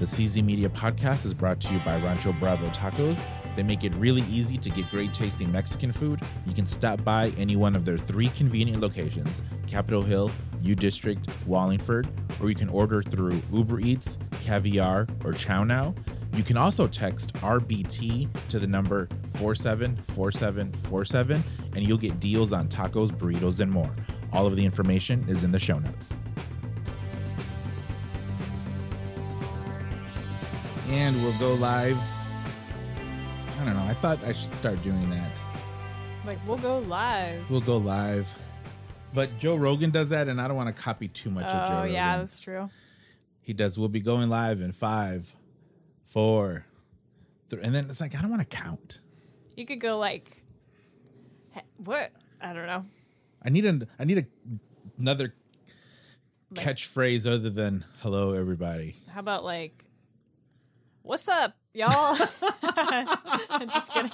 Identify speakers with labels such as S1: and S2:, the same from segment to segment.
S1: CZ Media podcast is brought to you by Rancho Bravo Tacos. They make it really easy to get great tasting Mexican food. You can stop by any one of their three convenient locations Capitol Hill, U District, Wallingford, or you can order through Uber Eats, Caviar, or Chow Now. You can also text RBT to the number 474747 and you'll get deals on tacos, burritos, and more. All of the information is in the show notes. And we'll go live. I don't know. I thought I should start doing that.
S2: Like we'll go live.
S1: We'll go live. But Joe Rogan does that, and I don't want to copy too much of Joe
S2: Oh
S1: Rogan.
S2: yeah, that's true.
S1: He does. We'll be going live in five, four, three. And then it's like, I don't want to count.
S2: You could go like he- what? I don't know.
S1: I need, an, I need a, another
S2: Like-
S1: catchphrase other than hello, everybody.
S2: How about like what's up, y'all? Just kidding.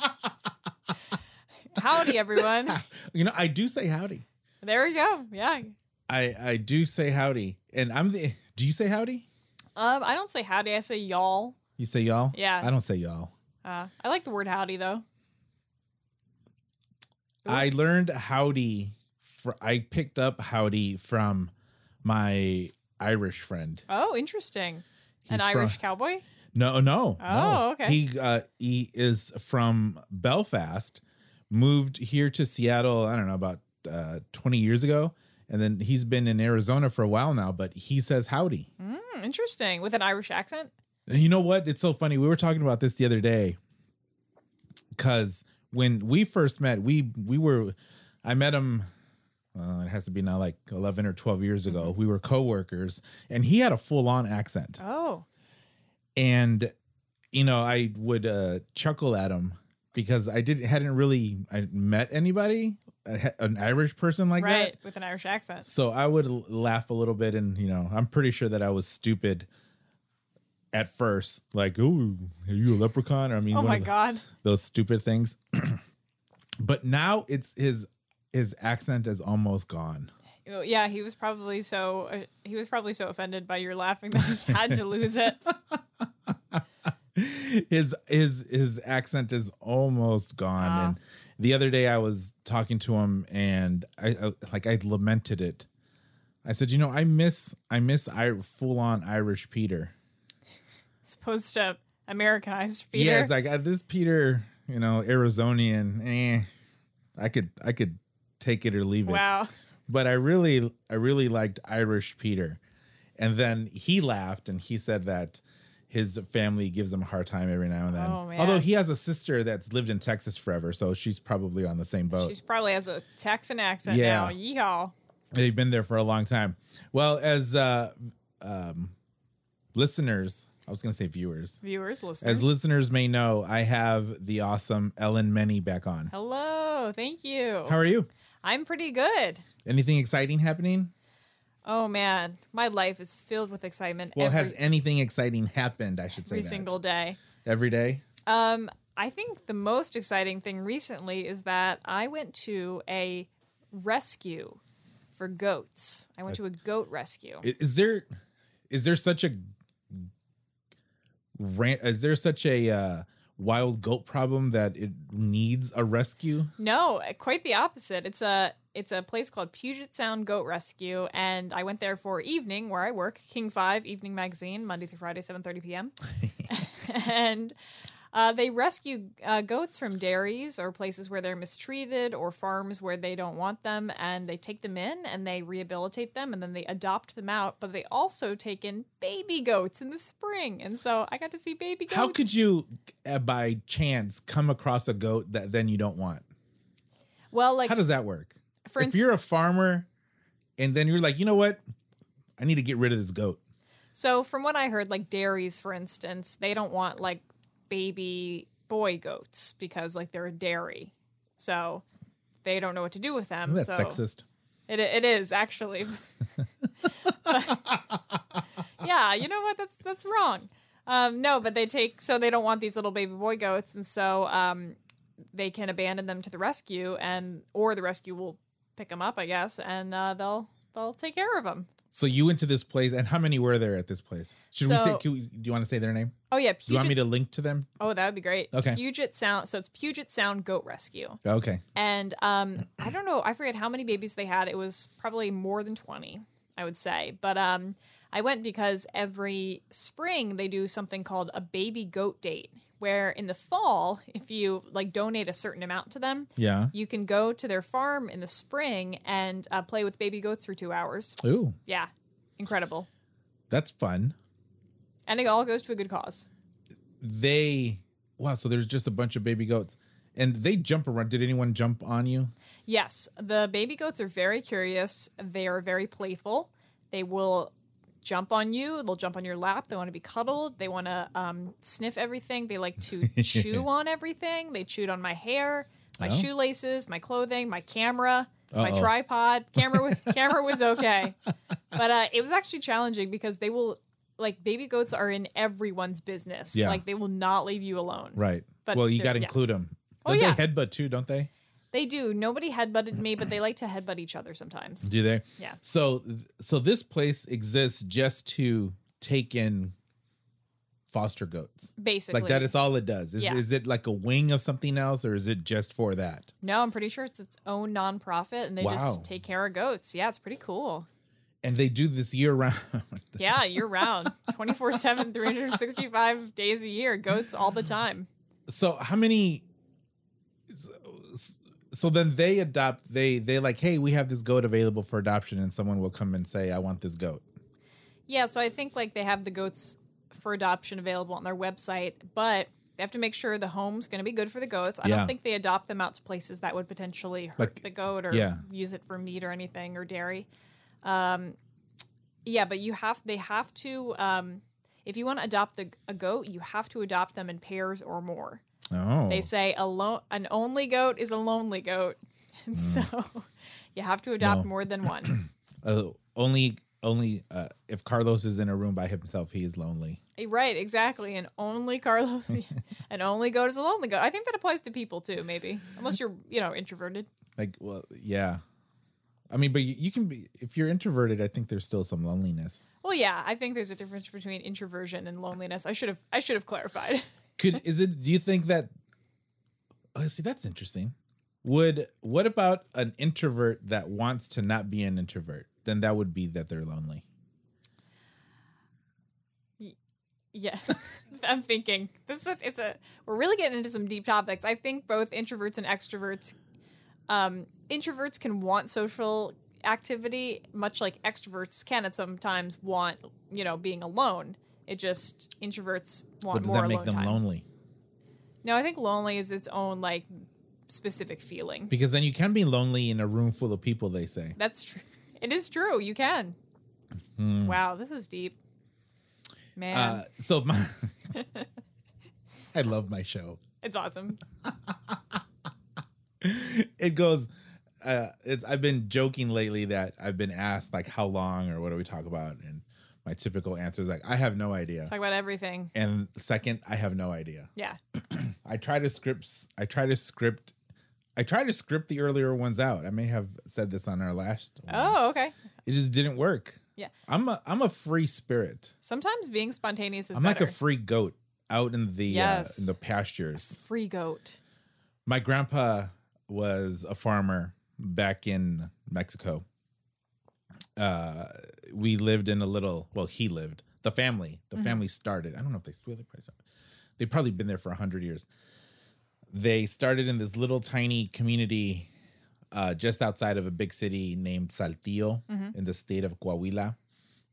S2: Howdy everyone.
S1: You know, I do say howdy.
S2: There we go. Yeah.
S1: I, I do say howdy. And I'm the, do you say howdy?
S2: Um, I don't say howdy, I say y'all.
S1: You say y'all?
S2: Yeah.
S1: I don't say y'all.
S2: Uh, I like the word howdy though. Ooh.
S1: I learned howdy. Fr- I picked up howdy from my Irish friend.
S2: Oh, interesting.
S1: He's
S2: An Irish
S1: from-
S2: cowboy?
S1: No, no. no.
S2: Oh, okay.
S1: He uh, he is from Belfast, moved here to Seattle. I don't know about uh, twenty years ago, and then he's been in Arizona for a while now. But he says howdy.
S2: Mm, interesting. With an Irish accent?
S1: And you know what? It's so funny. We were talking about this the other day because when we first met, we we were I met him. Well, it has to be now like eleven or twelve years ago. We were coworkers, and he had a full on accent,
S2: Oh.
S1: and you know I would uh, chuckle at him because I didn't hadn't really I met anybody a- an Irish person like
S2: right,
S1: that.
S2: with an Irish accent.
S1: So I would l- laugh a little bit, and you know, I'm pretty sure that I was stupid at first. Like, oh, are you a leprechaun? Or I mean,
S2: Oh
S1: one
S2: my
S1: of th-
S2: god.
S1: those stupid things. but now it's his his accent is almost gone.
S2: Well, Yeah, he was probably so uh, he was probably so offended by your laughing that he had to lose it.
S1: his his his accent is almost gone.
S2: Ah.
S1: And the other day I was talking to him, and I, I like I lamented it. I said, you know, I miss I miss I full on Irish Peter.
S2: As opposed to Americanized Peter.
S1: Yeah, it's like uh, this Peter, you know, Arizonian. Eh, I could I could take it or leave it.
S2: wow.
S1: But I really I really liked Irish Peter. And then he laughed and he said that his family gives him a hard time every now and then.
S2: Oh, man.
S1: Although he has a sister that's lived in Texas forever, so she's probably on the same boat.
S2: She probably has a Texan accent
S1: Yeah.
S2: now. Yeehaw.
S1: They've been there for a long time. Well, as uh um listeners, I was gonna say viewers.
S2: Viewers, listeners.
S1: As listeners may know, I have the awesome Ellen Many back on.
S2: Hello. Thank you.
S1: How are you?
S2: I'm pretty good.
S1: Anything exciting happening?
S2: Oh man, my life is filled with excitement
S1: Well,
S2: every,
S1: has anything exciting happened? I should say
S2: every
S1: that.
S2: single day.
S1: every day.
S2: Um, I think the most exciting thing recently is that I went to a rescue for goats. I went to a goat rescue.
S1: I- Is there is there such a rant? Is there such a uh, wild goat problem that it needs a rescue?
S2: No, eh, quite the opposite. It's a it's a place called Puget Sound Goat Rescue, and I went there for evening where I work, King Five Evening Magazine, Monday through Friday, seven thirty p.m. and uh, they rescue uh, goats from dairies or places where they're mistreated or farms where they don't want them, and they take them in and they rehabilitate them, and then they adopt them out. But they also take in baby goats in the spring, and so I got to see baby goats.
S1: How could you, uh, by chance, come across a goat that then you don't want?
S2: well, like
S1: How does that work?
S2: for
S1: if
S2: instance.
S1: you're a farmer, and then you're like, you know what, I need to get rid of this goat.
S2: So from what I heard, like dairies, for instance, they don't want like baby boy goats because like they're a dairy, so they don't know what to do with them.
S1: That's
S2: so
S1: sexist.
S2: It, it is actually. yeah, you know what? That's that's wrong. Um, no, but they take so they don't want these little baby boy goats, and so um, they can abandon them to the rescue, and or the rescue will pick them up, I guess, and uh, they'll they'll take care of them.
S1: So you went to this place, and how many were there at this place? Should we say?
S2: So-
S1: Can we, do you want to say their name?
S2: Oh yeah, Puget.
S1: Do you want me to link to them?
S2: oh, that would be great.
S1: Okay.
S2: Puget Sound. So it's Puget Sound Goat Rescue,
S1: Okay.
S2: and um, I don't know. I forget how many babies they had. It was probably more than twenty, I would say. But um, I went because every spring they do something called a baby goat date, where in the fall, if you like donate a certain amount to them,
S1: Yeah.
S2: you can go to their farm in the spring and uh, play with baby goats for two hours.
S1: Ooh,
S2: Yeah, incredible.
S1: that's fun.
S2: And it all goes to a good cause.
S1: They wow. So there's just a bunch of baby goats, and they jump around. Did anyone jump on you?
S2: Yes, the baby goats are very curious. They are very playful. They will jump on you. They'll jump on your lap. They want to be cuddled. They want to um, sniff everything. They like to chew on everything. They chewed on my hair, my
S1: Oh.
S2: shoelaces, my clothing, my camera, my
S1: Uh-oh.
S2: tripod. Camera was camera was okay, but uh, it was actually challenging because they will like baby goats are in everyone's business.
S1: Yeah.
S2: Like they will not leave you alone.
S1: Right.
S2: But
S1: well, you
S2: they're-
S1: got to
S2: yeah.
S1: include them.
S2: Oh,
S1: Don't
S2: yeah.
S1: they headbutt too? Don't they?
S2: They do. Nobody headbutted me, but they like to headbutt each other sometimes.
S1: Do they?
S2: Yeah.
S1: So so this place exists just to take in foster goats.
S2: Basically,
S1: Like that is all it does. Is
S2: Yeah.
S1: is it like a wing of something else or is it just for that?
S2: No, I'm pretty sure it's its own nonprofit and they
S1: Wow.
S2: just take care of goats. Yeah, it's pretty cool.
S1: And they do this year round.
S2: Yeah, year round, 24 7, 365 days a year, goats all the time.
S1: so how many so, so then they adopt they they like, "Hey, we have this goat available for adoption." And someone will come and say, "I want this goat."
S2: Yeah, so I think like they have the goats for adoption available on their website, but they have to make sure the home's going to be good for the goats. I
S1: Yeah.
S2: don't think they adopt them out to places that would potentially hurt
S1: Like-
S2: the goat or
S1: yeah.
S2: use it for meat or anything or dairy. Um, yeah, but you have they have to um, if you want to adopt the, a goat, you have to adopt them in pairs or more.
S1: Oh.
S2: They say a lo- an only goat is a lonely goat, and so you have to adopt
S1: Mm. No.
S2: more than one.
S1: Uh, only only uh, if Carlos is in a room by himself, he is lonely.
S2: Eh, right, exactly. And only Carlo, an only goat is a lonely goat. I think that applies to people too, maybe, unless you're you know introverted.
S1: Like, well, yeah. I mean, but you, you can be if you're introverted. I think there's still some loneliness.
S2: Well, yeah, I think there's a difference between introversion and loneliness. I should have I should have clarified.
S1: Could is it? Do you think that? Oh, see, that's interesting. Would what about an introvert that wants to not be an introvert? Then that would be that they're lonely.
S2: Yeah, I'm thinking this is a, it's a we're really getting into some deep topics. I think both introverts and extroverts, um, introverts can want social activity much like extroverts can at sometimes want you know being alone. It just introverts
S1: But
S2: want
S1: does
S2: more
S1: that make
S2: alone
S1: them
S2: time.
S1: lonely?
S2: No, I think lonely is its own like specific feeling.
S1: Because then you can be lonely in a room full of people. They say.
S2: That's true. It is true. You can. Wow, this is deep, man.
S1: Mm-hmm. Uh, so my, I love my show.
S2: it's awesome.
S1: it goes uh it's i've been joking lately that i've been asked like how long or what do we talk about and my typical answer is like i have no idea
S2: Talk about everything.
S1: and second i have no idea
S2: Yeah.
S1: i try to scripts i try to script i try to script the earlier ones out i may have said this on our last one.
S2: Oh, okay.
S1: it just didn't work
S2: Yeah.
S1: i'm a i'm a free spirit
S2: Sometimes being spontaneous is
S1: i'm
S2: better.
S1: like a free goat out in the
S2: Yes.
S1: uh, in the pastures
S2: free goat.
S1: my grandpa was a farmer back in Mexico. Uh, we lived in a little. Well, he lived. The family. The family started. I don't know if they still. They probably started. They've probably been there for hundred years. They started in this little tiny community uh, just outside of a big city named Saltillo in the state of Coahuila,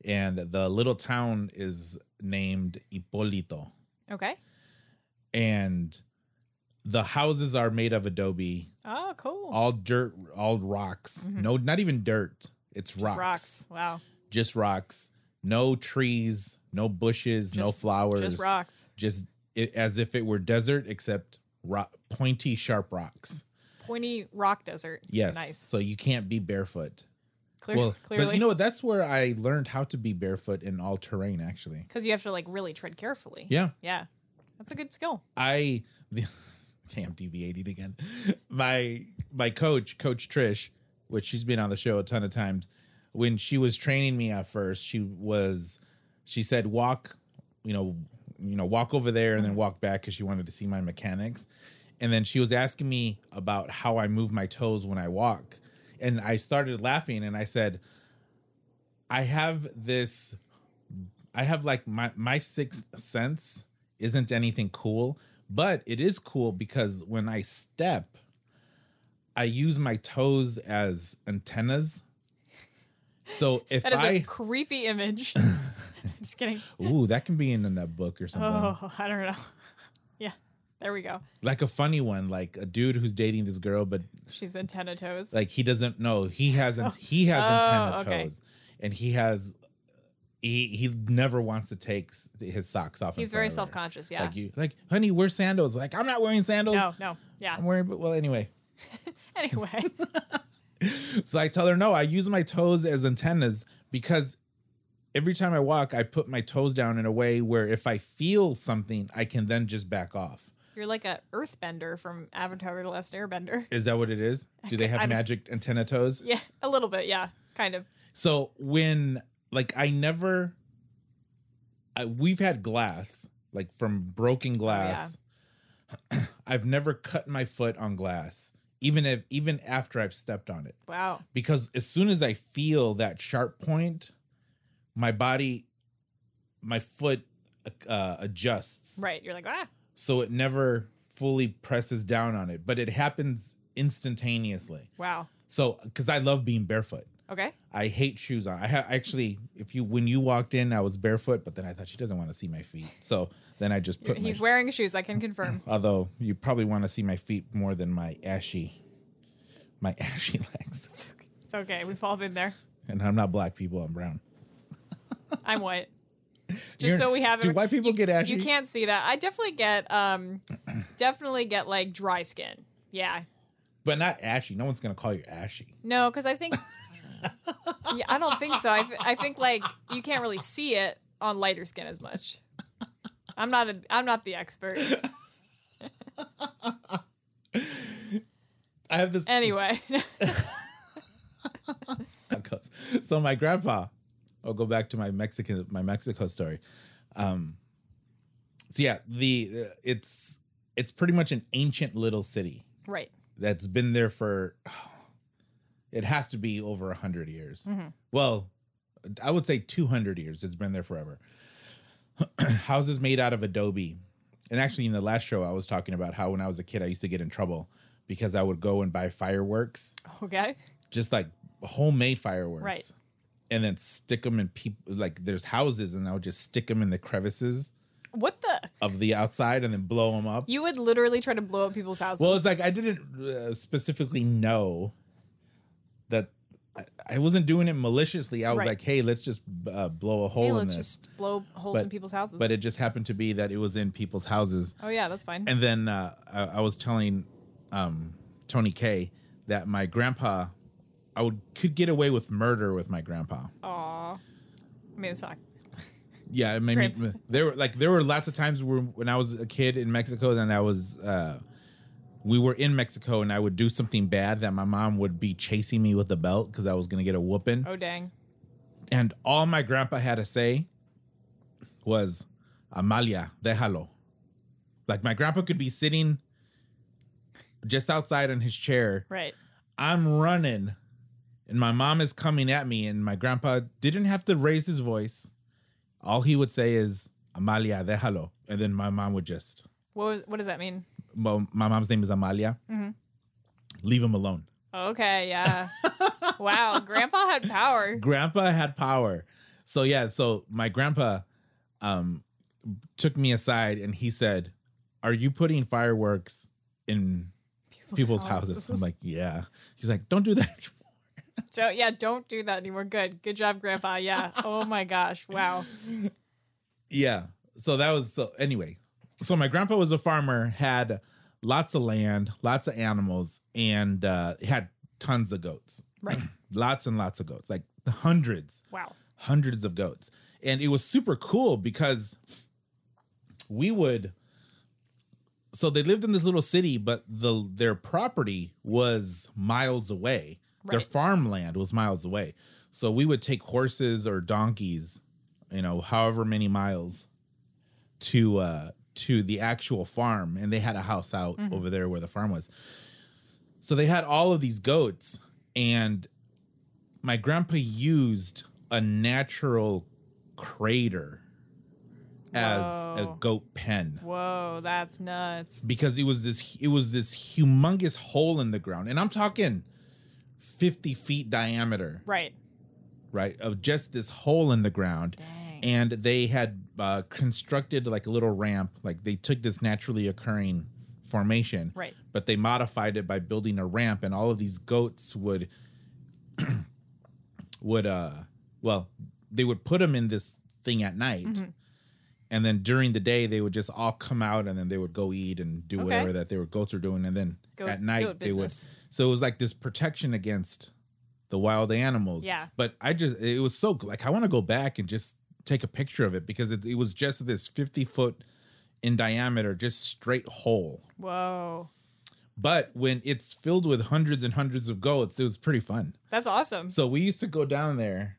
S1: and the little town is named Hipolito
S2: Okay.
S1: and the houses are made of adobe,
S2: Oh, cool.
S1: all dirt, all rocks. No, not even dirt. It's rocks.
S2: Mm-hmm. rocks. Wow.
S1: Just rocks. No trees, no bushes, no
S2: Just-
S1: flowers.
S2: Just rocks.
S1: Just it, as if it were desert, except ro- pointy, sharp rocks.
S2: Pointy rock desert.
S1: Yes.
S2: Nice.
S1: So you can't be barefoot.
S2: Clear,
S1: Well,
S2: clearly.
S1: but you know what? That's where I learned how to be barefoot in all terrain, actually.
S2: because you have to like really tread carefully.
S1: Yeah.
S2: Yeah. That's a good skill.
S1: I the, okay, I'm deviating again. My my coach, Coach Trish, which she's been on the show a ton of times, when she was training me at first, she was she said walk, you know, you know, walk over there and then walk back because she wanted to see my mechanics. And then she was asking me about how I move my toes when I walk. And I started laughing and I said, I have this I have like my my sixth sense isn't anything cool, but it is cool because when I step, I use my toes as antennas. So if
S2: That is a
S1: I
S2: creepy image. Just kidding.
S1: ooh, that can be in a book or something.
S2: Oh, I don't know. Yeah, there we go.
S1: Like a funny one, like a dude who's dating this girl, but
S2: She's antenna toes.
S1: like he doesn't know he hasn't he has
S2: Oh,
S1: antenna
S2: okay.
S1: toes, and he has he he never wants to take s- his socks off. in
S2: He's
S1: front
S2: very
S1: of her.
S2: self conscious. Yeah.
S1: Like you, like honey, wear sandals. Like I'm not wearing sandals.
S2: no, no. Yeah.
S1: I'm wearing. But well, anyway,
S2: Anyway,
S1: so I tell her no. I use my toes as antennas because every time I walk, I put my toes down in a way where if I feel something, I can then just back off.
S2: you're like a earthbender from Avatar: The Last Airbender.
S1: Is that what it is? Do they have
S2: I'm-
S1: magic antenna toes?
S2: Yeah, a little bit. Yeah, kind of.
S1: So when like I never, I, we've had glass like from broken glass. I've never cut my foot on glass, even if even after I've stepped on it.
S2: Wow.
S1: because as soon as I feel that sharp point, my body, my foot uh, adjusts.
S2: Right. You're like ah.
S1: So it never fully presses down on it, but it happens instantaneously.
S2: Wow.
S1: So, because I love being barefoot.
S2: Okay.
S1: I hate shoes on. I ha- actually, if you when you walked in, I was barefoot, but then I thought she doesn't want to see my feet, so then I just put.
S2: He's
S1: my,
S2: wearing shoes. I can confirm.
S1: although you probably want to see my feet more than my ashy, my ashy legs.
S2: It's okay. It's okay. We've all been there.
S1: And I'm not black people. I'm brown.
S2: I'm white.
S1: You're-
S2: Just so we have
S1: Do
S2: it.
S1: white people get ashy?
S2: You can't see that. I definitely get um definitely get like dry skin. Yeah.
S1: But not ashy. No one's gonna call you ashy.
S2: No, because I think yeah, I don't think so. I, th- I think like you can't really see it on lighter skin as much. I'm not a I'm not the expert.
S1: I have this.
S2: Anyway,
S1: so my grandpa. I'll go back to my Mexican, my Mexico story. Um, so yeah, the uh, it's it's pretty much an ancient little city
S2: right.
S1: that's been there for. It has to be over a hundred years. Well, I would say two hundred years. It's been there forever. Houses made out of adobe. And actually, in the last show, I was talking about how when I was a kid, I used to get in trouble because I would go and buy fireworks
S2: Okay.
S1: just like homemade fireworks.
S2: Right.
S1: And then stick them in people like there's houses, and I would just stick them in the crevices
S2: What the?
S1: of the outside, and then blow them up.
S2: You would literally try to blow up people's houses.
S1: well, it's like I didn't uh, specifically know that I, I wasn't doing it maliciously. I was
S2: Right.
S1: like, hey, let's just uh, blow a hole
S2: hey,
S1: in
S2: let's
S1: this.
S2: just blow holes
S1: But-
S2: in people's houses.
S1: but it just happened to be that it was in people's houses.
S2: oh yeah, that's fine.
S1: And then uh, I, I was telling um, Tony K that my grandpa, I would could get away with murder with my grandpa.
S2: Aw. I mean, it's not.
S1: Yeah, I mean,
S2: Grandpa.
S1: there were like there were lots of times where when I was a kid in Mexico, then I was uh, we were in Mexico, and I would do something bad that my mom would be chasing me with a belt because I was gonna get a whooping,
S2: Oh dang.
S1: and all my grandpa had to say was "Amalia, déjalo." Like my grandpa could be sitting just outside on his chair.
S2: Right.
S1: I'm running, and my mom is coming at me, and my grandpa didn't have to raise his voice. All he would say is Amalia, déjalo, and then my mom would just.
S2: What was, what does that mean?
S1: Well, my mom's name is Amalia. Leave him alone.
S2: Okay, yeah. wow, grandpa had power.
S1: Grandpa had power, so yeah. So my grandpa um, took me aside and he said, "Are you putting fireworks in people's houses?" Oh I'm like, "Yeah." He's like, "Don't do that."
S2: so yeah, don't do that anymore. Good. Good job, grandpa. Yeah. Oh my gosh. Wow.
S1: Yeah. So that was so anyway. So my grandpa was a farmer, had lots of land, lots of animals, and uh, had tons of goats.
S2: Right.
S1: Lots and lots of goats, like hundreds,
S2: Wow.
S1: hundreds of goats. And it was super cool because we would so they lived in this little city, but the their property was miles away. Their
S2: Right.
S1: farmland was miles away. So we would take horses or donkeys, you know, however many miles to uh to the actual farm and they had a house out over there where the farm was. So they had all of these goats and my grandpa used a natural crater as a
S2: Whoa.
S1: goat pen
S2: Whoa, that's nuts.
S1: because it was this it was this humongous hole in the ground and i'm talking 50 feet diameter
S2: Right.
S1: right of just this hole in the ground
S2: Dang.
S1: and they had uh, constructed like a little ramp like they took this naturally occurring formation
S2: Right.
S1: but they modified it by building a ramp and all of these goats would would uh well they would put them in this thing at night
S2: Mm-hmm.
S1: and then during the day they would just all come out and then they would go eat and do
S2: Okay.
S1: whatever that they were goats are doing and then
S2: Goat-
S1: at night
S2: goat
S1: they would
S2: business.
S1: so it was like this protection against the wild animals
S2: Yeah.
S1: but i just it was so like i want to go back and just take a picture of it because it, it was just this 50 foot in diameter just straight hole
S2: Whoa.
S1: but when it's filled with hundreds and hundreds of goats, it was pretty fun.
S2: That's awesome.
S1: So we used to go down there,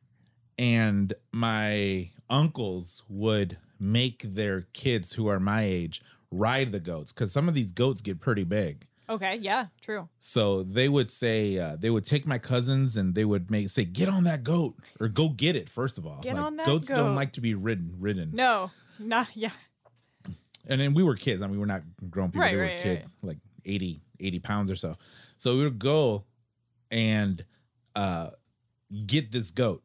S1: and my uncles would make their kids who are my age ride the goats because some of these goats get pretty big.
S2: Okay, yeah, true.
S1: So they would say uh, they would take my cousins and they would make say get on that goat or go get it first of all.
S2: Get on that
S1: goats don't
S2: goat.
S1: like to be ridden ridden.
S2: No. Not yeah.
S1: and then we were kids. I mean, we were not grown people.
S2: Right,
S1: we were
S2: right,
S1: kids, like 80, 80 pounds or so. So we would go and uh, get this goat,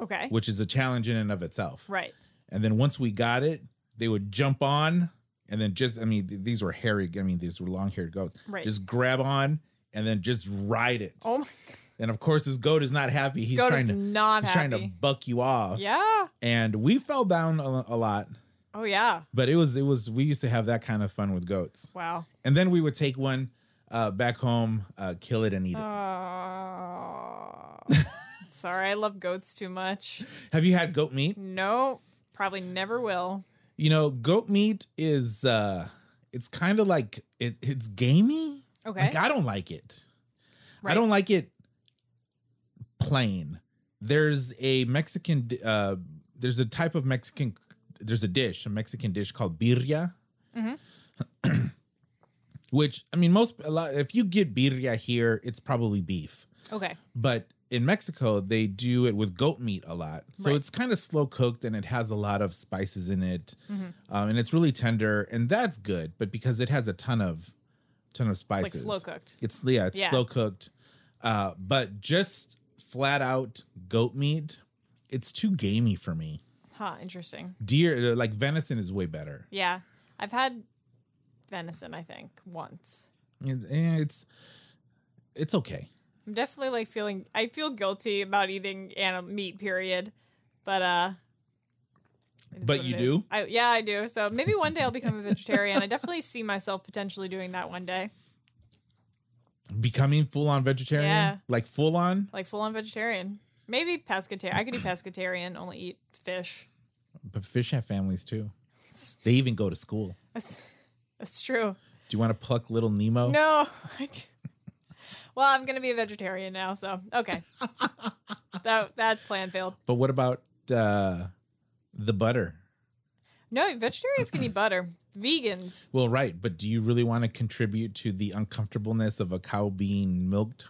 S2: Okay.
S1: which is a challenge in and of itself.
S2: Right.
S1: And then once we got it, they would jump on and then just, I mean, th- these were hairy, I mean, these were long haired goats.
S2: Right.
S1: Just grab on and then just ride it.
S2: Oh my
S1: And of course, this goat is not happy. He's
S2: goat
S1: trying
S2: is
S1: to.
S2: not
S1: He's
S2: happy.
S1: trying to buck you off,
S2: yeah.
S1: and we fell down a, a lot.
S2: Oh yeah.
S1: But it was it was we used to have that kind of fun with goats.
S2: Wow.
S1: And then we would take one uh, back home, uh, kill it, and eat it.
S2: Oh. Uh, sorry, I love goats too much.
S1: Have you had goat meat?
S2: No, probably never will.
S1: You know, goat meat is uh, it's kind of like it, it's gamey.
S2: Okay.
S1: Like I don't like it. I
S2: Right.
S1: don't like it plain. There's a Mexican. di- Uh, there's a type of Mexican. There's a dish, a Mexican dish called birria.
S2: Mm-hmm.
S1: Which I mean, most a lot. If you get birria here, it's probably beef.
S2: Okay.
S1: but in Mexico they do it with goat meat a lot, so
S2: Right.
S1: it's kind of slow cooked and it has a lot of spices in it,
S2: Mm-hmm.
S1: um, and it's really tender and that's good. But because it has a ton of ton of
S2: It's
S1: spices,
S2: like slow cooked.
S1: It's yeah, it's
S2: Yeah.
S1: slow cooked, uh, but just flat out goat meat, it's too gamey for me.
S2: Huh, interesting.
S1: Deer like venison is way better.
S2: Yeah. I've had venison, I think, once.
S1: It- eh, It's it's okay.
S2: I'm definitely like feeling I feel guilty about eating animal meat period. But uh it is
S1: But
S2: what
S1: you
S2: it is.
S1: do?
S2: I, yeah, I do. So maybe one day I'll become a vegetarian. I definitely see myself potentially doing that one day.
S1: Becoming full on vegetarian,
S2: Yeah.
S1: like full on.
S2: Like full on vegetarian. Maybe pescatarian. I could do pescatarian, only eat fish.
S1: But fish have families too. They even go to school.
S2: That's, that's true.
S1: Do you want to pluck little Nemo?
S2: No. I d- well, I'm going to be a vegetarian now, so okay. that that plan failed.
S1: But what about uh, the butter?
S2: No, vegetarians can eat butter. Vegans.
S1: Well, right, but do you really want to contribute to the uncomfortableness of a cow being milked?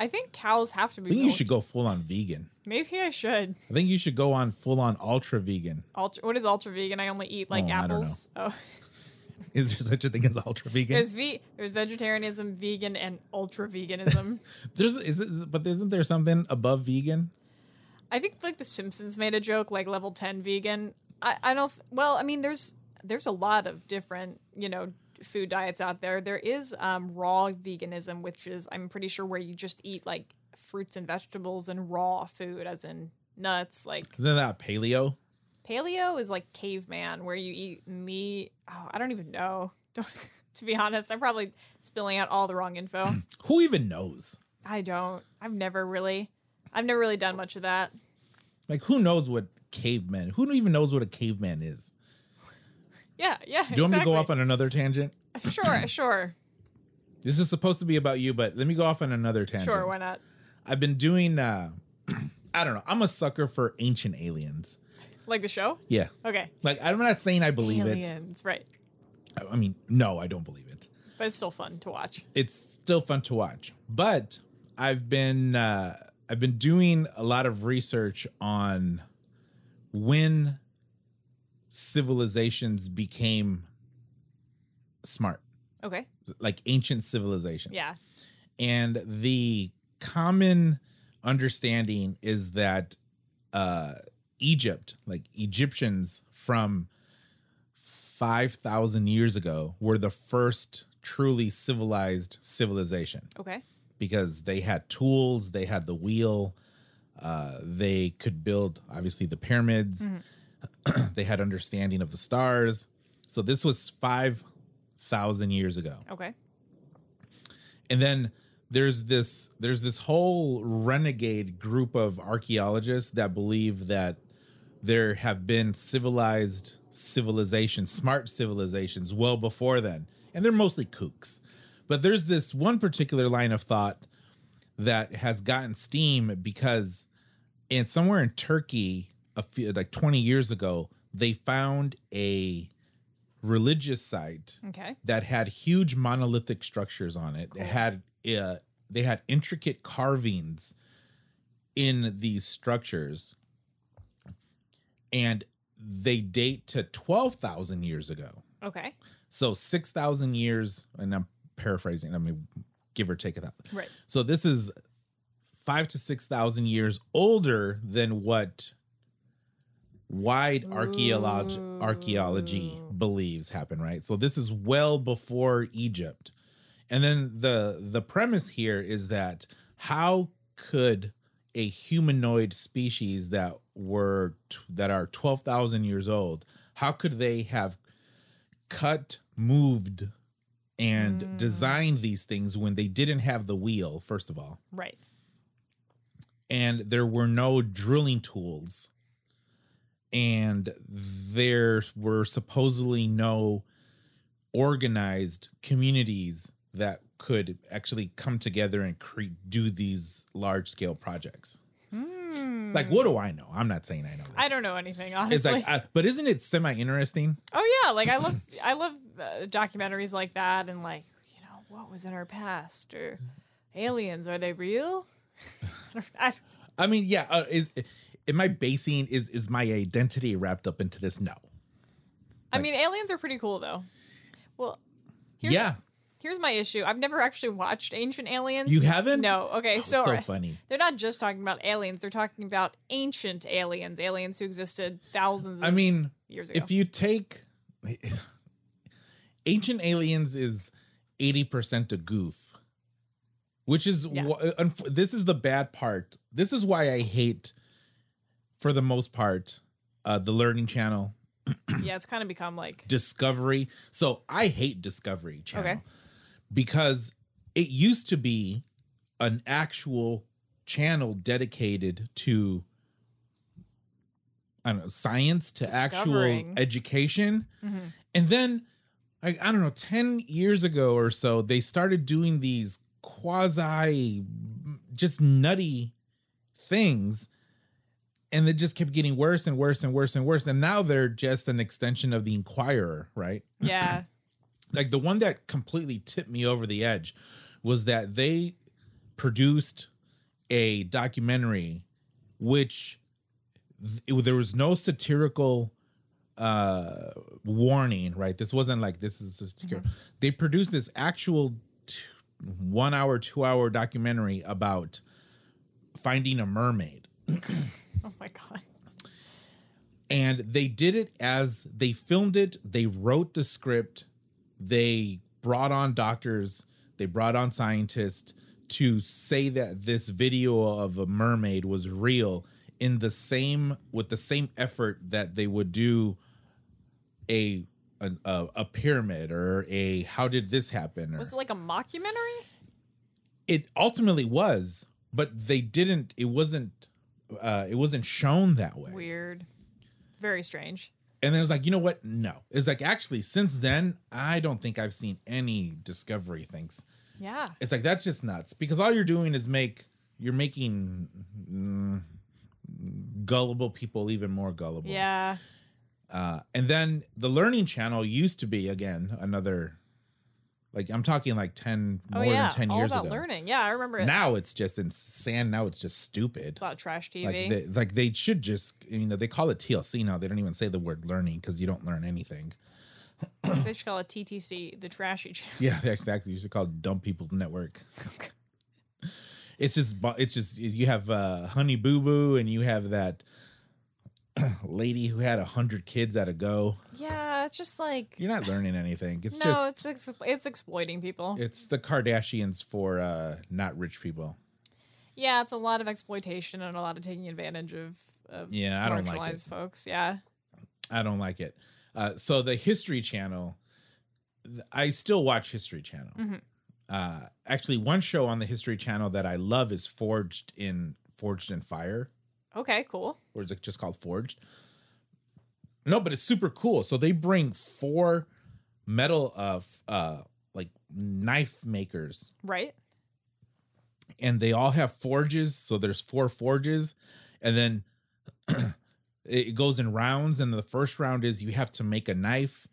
S2: I think cows have to be
S1: I think you
S2: milked.
S1: should go full on vegan.
S2: Maybe I should.
S1: I think you should go on full on ultra vegan.
S2: Ultra, what is ultra vegan? I only eat like
S1: Oh, I don't
S2: apples. Oh,
S1: Is there such a thing as ultra vegan?
S2: there's ve- there's vegetarianism, vegan, and ultra veganism.
S1: There's, is it, but isn't there something above vegan?
S2: I think like The Simpsons made a joke like level ten vegan. I, I don't. th- Well, I mean, there's there's a lot of different you know food diets out there. There is um, raw veganism, which is I'm pretty sure where you just eat like fruits and vegetables and raw food, as in nuts. Like
S1: Isn't that paleo?
S2: paleo is like caveman, where you eat meat. Oh, I don't even know. Don't. To be honest, I'm probably spilling out all the wrong info.
S1: Who even knows?
S2: I don't. I've never really. I've never really done much of that.
S1: Like, who knows what caveman? Who even knows what a caveman is?
S2: Yeah, yeah.
S1: Do you want me to
S2: exactly.
S1: go off on another tangent?
S2: Sure, sure,
S1: This is supposed to be about you, but let me go off on another tangent.
S2: sure. Why not?
S1: I've been doing uh I don't know. I'm a sucker for ancient aliens.
S2: Like the show?
S1: Yeah.
S2: Okay.
S1: Like I'm not saying I believe it.
S2: Aliens, right.
S1: I- I mean, no, I don't believe it.
S2: But it's still fun to watch.
S1: It's still fun to watch. But I've been uh I've been doing a lot of research on when civilizations became smart,
S2: Okay.
S1: like ancient civilizations.
S2: Yeah.
S1: and the common understanding is that uh Egypt, like Egyptians from 5000 years ago were the first truly civilized civilization
S2: Okay.
S1: because they had tools, they had the wheel, uh they could build obviously the pyramids. they had understanding of the stars. So this was 5000 years ago
S2: Okay.
S1: and then there's this there's this whole renegade group of archaeologists that believe that there have been civilized civilizations smart civilizations well before then and they're mostly kooks but there's this one particular line of thought that has gotten steam because in somewhere in turkey a few, like 20 years ago they found a religious site
S2: Okay.
S1: that had huge monolithic structures on it. It had uh, they had intricate carvings in these structures, and they date to twelve thousand years ago.
S2: Okay.
S1: So six thousand years, and I'm paraphrasing. I mean, give or take a thousand.
S2: Right.
S1: So this is five to six thousand years older than what wide archaeology
S2: Ooh.
S1: archaeology believes happened, right? So this is well before Egypt. And then the the premise here is that how could a humanoid species that were t- that are 12,000 years old, how could they have cut, moved and designed these things when they didn't have the wheel first of all?
S2: Right.
S1: and there were no drilling tools and there were supposedly no organized communities that could actually come together and cre- do these large scale projects
S2: Hmm.
S1: like what do i know i'm not saying i know this.
S2: I don't know anything, honestly.
S1: it's like I, but isn't it semi interesting
S2: oh yeah, like I love I love uh, documentaries like that and like, you know, what was in our past or aliens are they real? I don't- I,
S1: i mean yeah uh, is am i basing is is my identity wrapped up into this no
S2: I
S1: Like-
S2: mean, aliens are pretty cool though. Well, here's
S1: yeah
S2: here's my issue. I've never actually watched Ancient Aliens.
S1: you haven't
S2: No. Okay.
S1: Oh,
S2: so
S1: so funny
S2: they're not just talking about aliens. They're talking about ancient aliens, aliens who existed thousands.
S1: i
S2: of
S1: mean
S2: years ago.
S1: if you take ancient aliens is 80% a goof which is
S2: Yeah.
S1: wh- unf- this is the bad part this is why i hate for the most part uh the learning channel
S2: yeah, it's kind of become like
S1: discovery so i hate discovery channel
S2: Okay.
S1: because it used to be an actual channel dedicated to I don't know, science to actual
S2: Discovering.
S1: education. And then, like, I don't know, 10 years ago or so, they started doing these quasi just nutty things. And it just kept getting worse and worse and worse and worse. And now they're just an extension of the Inquirer, right?
S2: yeah,
S1: like the one that completely tipped me over the edge was that they produced a documentary which th- it- there was no satirical uh warning right this wasn't like this is a satirical. they produced this actual t- one hour two hour documentary about finding a mermaid
S2: Oh my god.
S1: and they did it as they filmed it they wrote the script they brought on doctors they brought on scientists to say that this video of a mermaid was real in the same with the same effort that they would do a a, a, a pyramid or a how did this happen or
S2: Was it like a mockumentary?
S1: it ultimately was but they didn't it wasn't uh it wasn't shown that way
S2: Weird. Very strange.
S1: And then it was like, you know what? No. It's like, actually, since then, I don't think I've seen any Discovery things.
S2: Yeah.
S1: It's like, that's just nuts because all you're doing is make, you're making mm, gullible people even more gullible.
S2: Yeah.
S1: Uh, and then the learning channel used to be again another, like I'm talking like ten
S2: Oh
S1: more
S2: yeah.
S1: than ten
S2: All
S1: years
S2: about
S1: ago.
S2: learning. Yeah, I remember it.
S1: Now it's just insane. Now it's just stupid.
S2: it's a lot of trash TV.
S1: Like they, like they should just you know they call it TLC now. They don't even say the word learning because you don't learn anything.
S2: they should call it TTC, the trashy channel.
S1: Yeah, exactly. You should call it Dumb People's Network. it's just, bu- it's just you have uh, Honey Boo Boo, and you have that lady who had a hundred kids at a go.
S2: Yeah, it's just like
S1: You're not learning anything. It's
S2: no,
S1: just,
S2: it's ex- it's exploiting people.
S1: it's the Kardashians for uh, not rich people.
S2: yeah, it's a lot of exploitation and a lot of taking advantage of, of
S1: Yeah, I don't like
S2: marginalized
S1: it.
S2: folks. Yeah.
S1: I don't like it. Uh, so the History Channel, th- I still watch History Channel.
S2: Mhm.
S1: Uh, actually, one show on the History Channel that I love is Forged in Forged in Fire.
S2: Okay, cool.
S1: or is it just called Forged? No, but it's super cool. So they bring four metal of uh like knife makers
S2: Right?
S1: and they all have forges. So there's four forges and then it goes in rounds and the first round is you have to make a knife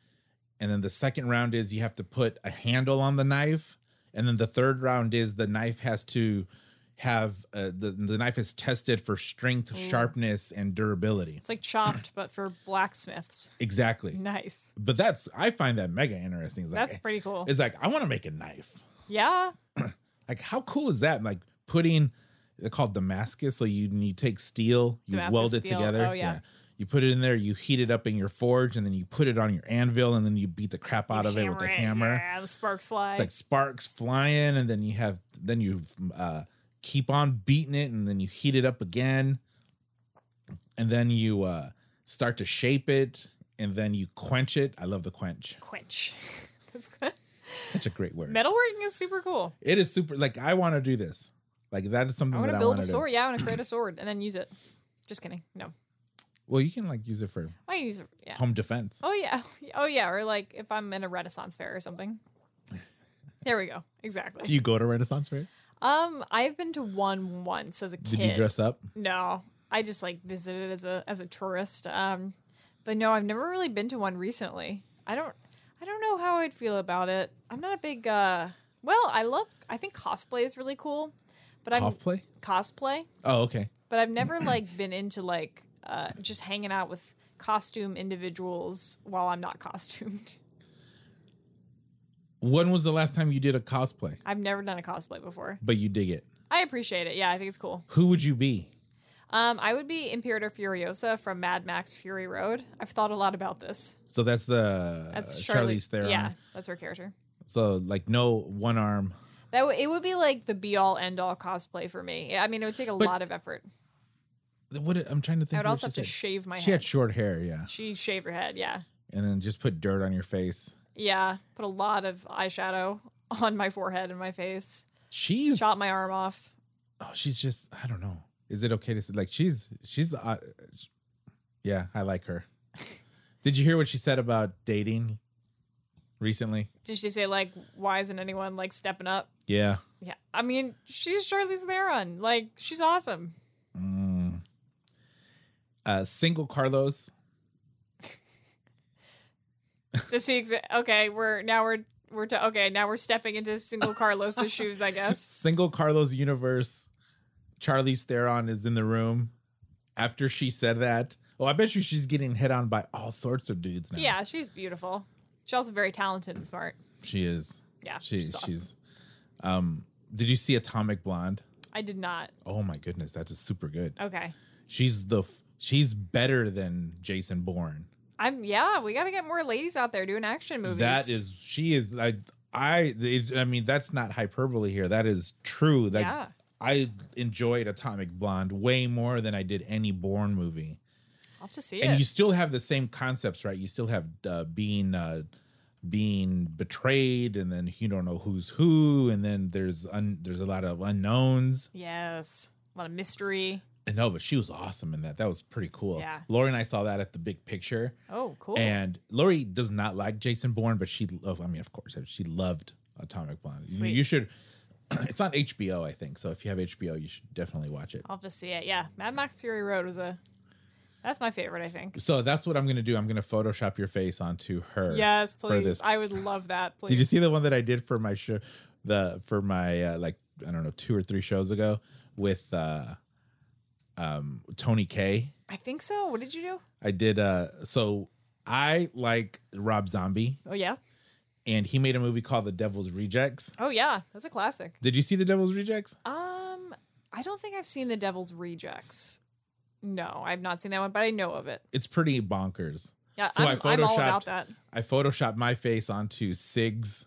S1: and then the second round is you have to put a handle on the knife and then the third round is the knife has to have uh, the the knife is tested for strength, sharpness and durability.
S2: It's like chopped but for blacksmiths.
S1: Exactly.
S2: Nice.
S1: But that's I find that mega interesting. It's like,
S2: That's pretty cool.
S1: it's like I want to make a knife.
S2: Yeah.
S1: Like how cool is that? Like putting they're called Damascus. So you you take steel, you
S2: Damascus
S1: weld it
S2: steel.
S1: together.
S2: Oh, yeah.
S1: You put it in there, you heat it up in your forge, and then you put it on your anvil, and then you beat the crap out of it with a hammer.
S2: Yeah, the sparks fly.
S1: It's like sparks flying, and then you have then you uh, keep on beating it, and then you heat it up again, and then you uh, start to shape it, and then you quench it. I love the quench.
S2: quench. That's good.
S1: Such a great word.
S2: Metalworking is super cool.
S1: It is super. Like I want to do this. Like that is something
S2: I want
S1: that
S2: to
S1: I
S2: build
S1: want
S2: a
S1: to do.
S2: sword. Yeah, I want to create a sword and then use it. Just kidding. No,
S1: Well, you can like use it for
S2: I use it. Yeah.
S1: home defense.
S2: Oh yeah. Oh yeah. Or like if I'm in a Renaissance fair or something. There we go.
S1: Do
S2: Exactly.
S1: you go to Renaissance Fair?
S2: Um, I've been to one once as a kid.
S1: Did you dress up?
S2: No, I just like visited as a as a tourist. Um, but no, I've never really been to one recently. I don't I don't know how I'd feel about it. I'm not a big uh. Well, I love. I think cosplay is really cool, but I'm
S1: Cosplay?
S2: cosplay.
S1: Oh, okay.
S2: but I've never like been into like uh, just hanging out with costume individuals while I'm not costumed.
S1: When was the last time you did a cosplay?
S2: I've never done a cosplay before.
S1: But you dig it.
S2: I appreciate it. Yeah, I think it's cool.
S1: Who would you be?
S2: Um, I would be Imperator Furiosa from Mad Max Fury Road. I've thought a lot about this.
S1: So that's the
S2: That's
S1: uh,
S2: Charlie-
S1: Charlize Theron.
S2: Yeah, that's her character.
S1: So like no one arm.
S2: That w- it would be like the be all end all cosplay for me. I mean, it would take a
S1: But-
S2: lot of effort.
S1: What I'm trying to think.
S2: I would
S1: of what
S2: also have
S1: she
S2: to
S1: said.
S2: shave my
S1: She
S2: head.
S1: had short hair, yeah,
S2: she shaved her head. Yeah,
S1: and then just put dirt on your face.
S2: yeah. Put a lot of eyeshadow on my forehead and my face.
S1: She's
S2: Chop my arm off.
S1: oh, she's just I don't know. Is it okay to say like she's she's uh, sh- yeah, I like her. Did you hear what she said about dating recently?
S2: Did she say like why isn't anyone like stepping up?
S1: Yeah.
S2: Yeah. I mean, she's Charlize Theron. Like, she's awesome.
S1: Mm. Uh, single Carlos.
S2: Does he exi- okay, we're now we're we're to okay, now we're stepping into single Carlos's shoes, I guess.
S1: Single Carlos universe. Charlize Theron is in the room. After she said that, oh, I bet you she's getting hit on by all sorts of dudes now.
S2: Yeah, she's beautiful. She's also very talented and smart.
S1: she is.
S2: Yeah.
S1: She,
S2: she's awesome.
S1: She's. Um, did you see Atomic Blonde?
S2: I did not.
S1: Oh my goodness, that is super good.
S2: Okay.
S1: She's the f- she's better than Jason Bourne.
S2: I'm yeah, we gotta get more ladies out there doing action movies.
S1: That is she is like I it, I mean that's not hyperbole here. That is true. Like
S2: Yeah.
S1: I enjoyed Atomic Blonde way more than I did any Bourne movie.
S2: I'll have to see
S1: And
S2: it.
S1: you still have the same concepts, right? You still have uh, being uh, being betrayed, and then you don't know who's who, and then there's un- there's a lot of unknowns.
S2: yes. A lot of mystery.
S1: And no, but she was awesome in that. That was pretty cool.
S2: Yeah.
S1: Lori and I saw that at the Big Picture.
S2: Oh, cool.
S1: And Lori does not like Jason Bourne, but she, oh, I mean, of course, she loved Atomic Blonde. You,
S2: Sweet.
S1: you should, it's on HBO, I think. So if you have HBO, you should definitely watch it.
S2: I'll have to see it. Yeah. Mad Max Fury Road was a That's my favorite, I think.
S1: So that's what I'm gonna do. I'm gonna Photoshop your face onto her.
S2: Yes, please.
S1: for this-
S2: I would love that. Please.
S1: Did you see the one that I did for my show, the for my uh, like I don't know two or three shows ago with uh, um, Tony K.
S2: I think so. What did you do?
S1: I did uh, so I like Rob Zombie,
S2: Oh yeah.
S1: and he made a movie called The Devil's Rejects.
S2: Oh yeah. That's a classic.
S1: Did you see The Devil's Rejects?
S2: Um, I don't think I've seen The Devil's Rejects. No, I've not seen that one, but I know of it.
S1: It's pretty bonkers.
S2: Yeah,
S1: So I
S2: I'm, I'm all
S1: photoshopped-
S2: about that.
S1: I photoshopped my face onto Sig's,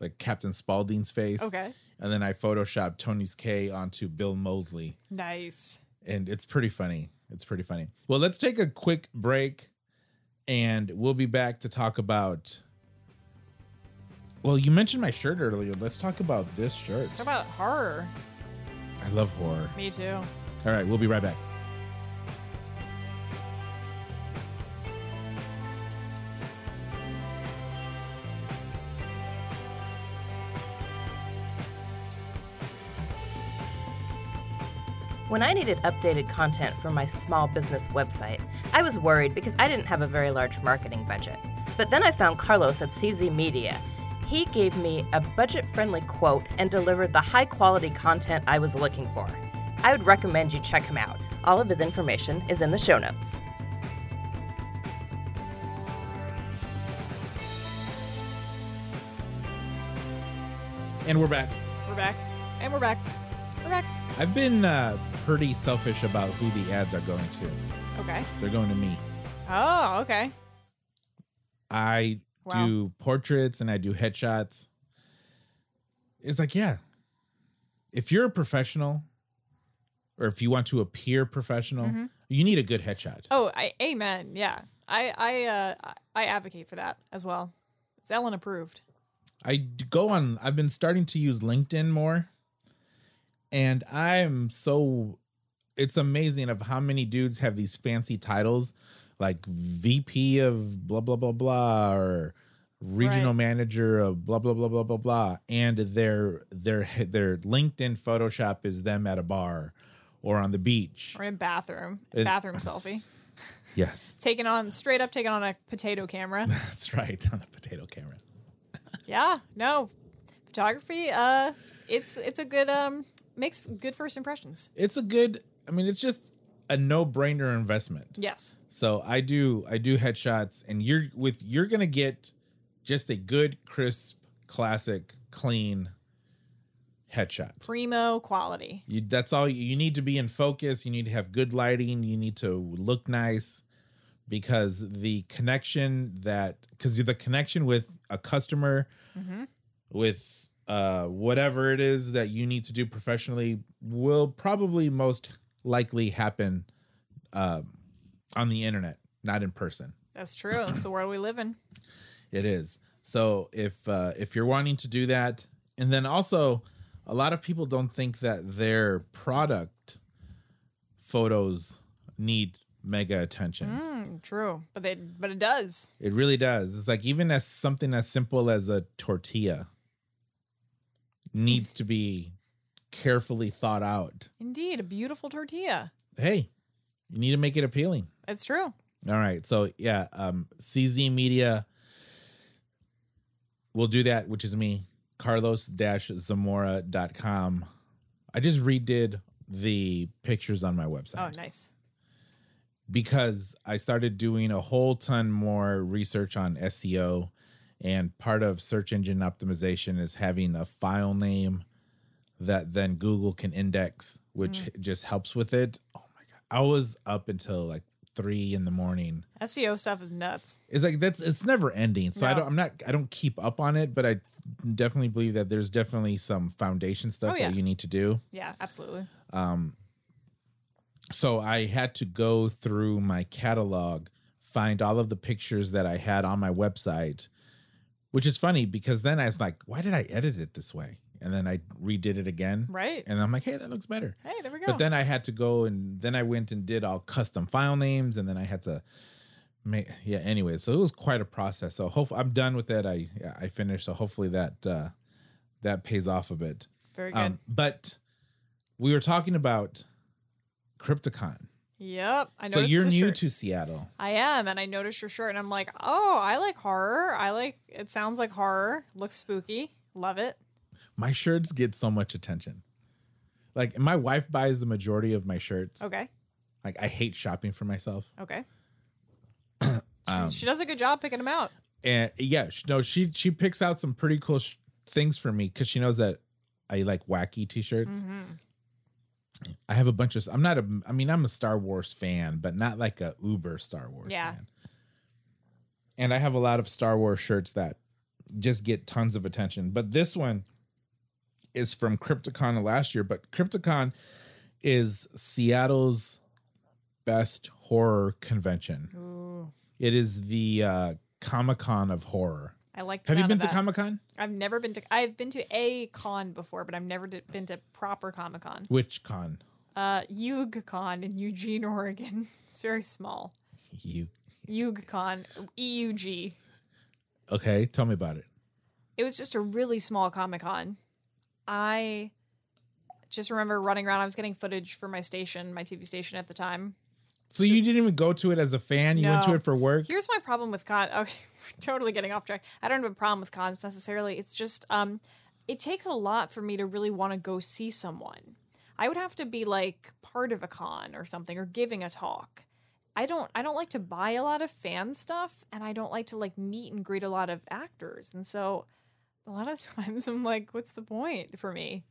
S1: like Captain Spaulding's face,
S2: Okay.
S1: and then I photoshopped Tony's K onto Bill Mosley.
S2: Nice.
S1: and it's pretty funny. It's pretty funny. Well, let's take a quick break and we'll be back to talk about. Well, you mentioned my shirt earlier. Let's talk about this shirt.
S2: Talk about horror.
S1: I love horror.
S2: Me too.
S1: All right, we'll be right back.
S3: When I needed updated content for my small business website, I was worried because I didn't have a very large marketing budget. But then I found Carlos at CZ Media. He gave me a budget friendly quote and delivered the high quality content I was looking for. I would recommend you check him out. All of his information is in the show notes.
S1: And we're back.
S2: We're back. And we're back. We're back.
S1: I've been uh, pretty selfish about who the ads are going to.
S2: Okay.
S1: They're going to me.
S2: Oh, okay.
S1: I
S2: Wow.
S1: do portraits and I do headshots. It's like, yeah, if you're a professional or if you want to appear professional, you need a good headshot.
S2: Oh, I amen. Yeah. I I uh I- I advocate for that as well. It's Ellen approved.
S1: I d- go on, I've been starting to use LinkedIn more. And I'm so, it's amazing of how many dudes have these fancy titles like VP of blah, blah, blah, blah, or regional
S2: Right.
S1: manager of blah, blah, blah, blah, blah, blah. And their, their, their LinkedIn Photoshop is them at a bar or on the beach.
S2: We're in a bathroom.
S1: It-
S2: bathroom selfie.
S1: Yes,
S2: Taking on straight up taking on a potato camera.
S1: that's right. On a potato camera.
S2: yeah. No. Photography, uh it's it's a good um makes good first impressions.
S1: It's a good, I mean, it's just a no brainer investment.
S2: Yes.
S1: So I do I do headshots and you're with you're gonna get just a good, crisp, classic, clean headshot.
S2: Primo quality.
S1: You, that's all you, you need to be in focus. You need to have good lighting. You need to look nice because the connection that because the connection with a customer with uh, whatever it is that you need to do professionally will probably most likely happen um, on the internet, not in person.
S2: That's true. That's the world we live in.
S1: It is. So if uh, if you're wanting to do that, and then also, a lot of people don't think that their product photos need mega attention.
S2: Mm, true. But they but it does.
S1: It really does. It's like even as something as simple as a tortilla needs to be carefully thought out.
S2: Indeed, a beautiful tortilla.
S1: Hey, you need to make it appealing.
S2: That's true.
S1: All right. So yeah, um CZ Media will do that, which is me. Carlos-Zamora.com. I just redid the pictures on my website
S2: Oh, nice.
S1: because I started doing a whole ton more research on SEO. And part of search engine optimization is having a file name that then Google can index, which
S2: Mm.
S1: just helps with it. Oh my God. I was up until like three in the morning
S2: SEO E stuff is nuts.
S1: it's like that's it's never ending. So I
S2: No.
S1: don't I'm not I don't keep up on it, but I definitely believe that there's definitely some foundation stuff
S2: Oh, yeah.
S1: that you need to do.
S2: Yeah, absolutely.
S1: So I had to go through my catalog, find all of the pictures that I had on my website, which is funny because then I was like, why did I edit it this way? And then I redid it again.
S2: Right.
S1: And I'm like, hey, that looks better.
S2: Hey, there we go.
S1: But then I had to go and then I went and did all custom file names and then I had to make yeah anyway so it was quite a process so hope I'm done with that I yeah, I finished so hopefully that uh that pays off a bit
S2: Very good.
S1: um but we were talking about Crypticon
S2: Yep. I
S1: So
S2: noticed
S1: you're
S2: the
S1: new
S2: shirt.
S1: to Seattle.
S2: I am, and I noticed your shirt, and I'm like, oh, I like horror. I like it sounds like horror. Looks spooky. Love it.
S1: My shirts get so much attention. Like my wife buys the majority of my shirts.
S2: Okay.
S1: Like I hate shopping for myself.
S2: Okay. She- she, does a good job picking them out.
S1: And yeah, sh- no, she she picks out some pretty cool sh- things for me because she knows that I like wacky t-shirts. I have a bunch of. I'm not a. I mean, I'm a Star Wars fan, but not like a uber Star Wars
S2: Yeah.
S1: fan. And I have a lot of Star Wars shirts that just get tons of attention. But this one is from Crypticon of last year. But Crypticon is Seattle's best horror convention.
S2: Ooh,
S1: It is the uh, Comic Con of horror.
S2: I like. the
S1: Have you
S2: sound
S1: been
S2: of
S1: to
S2: that.
S1: Comic Con?
S2: I've never been to. I've been to a con before, but I've never d- been to proper Comic Con.
S1: Which con?
S2: Uh, YugCon in Eugene, Oregon. It's very small.
S1: You.
S2: YugCon, E U G.
S1: Okay, tell me about it.
S2: It was just a really small Comic Con. I just remember running around. I was getting footage for my station, my TV station at the time.
S1: So you didn't even go to it as a fan. You went to
S2: No.
S1: it for work.
S2: Here's my problem with con. Okay, we're totally getting off track. I don't have a problem with cons necessarily. It's just um, it takes a lot for me to really want to go see someone. I would have to be like part of a con or something or giving a talk. I don't I don't like to buy a lot of fan stuff and I don't like to like meet and greet a lot of actors. And so a lot of times I'm like what's the point for me?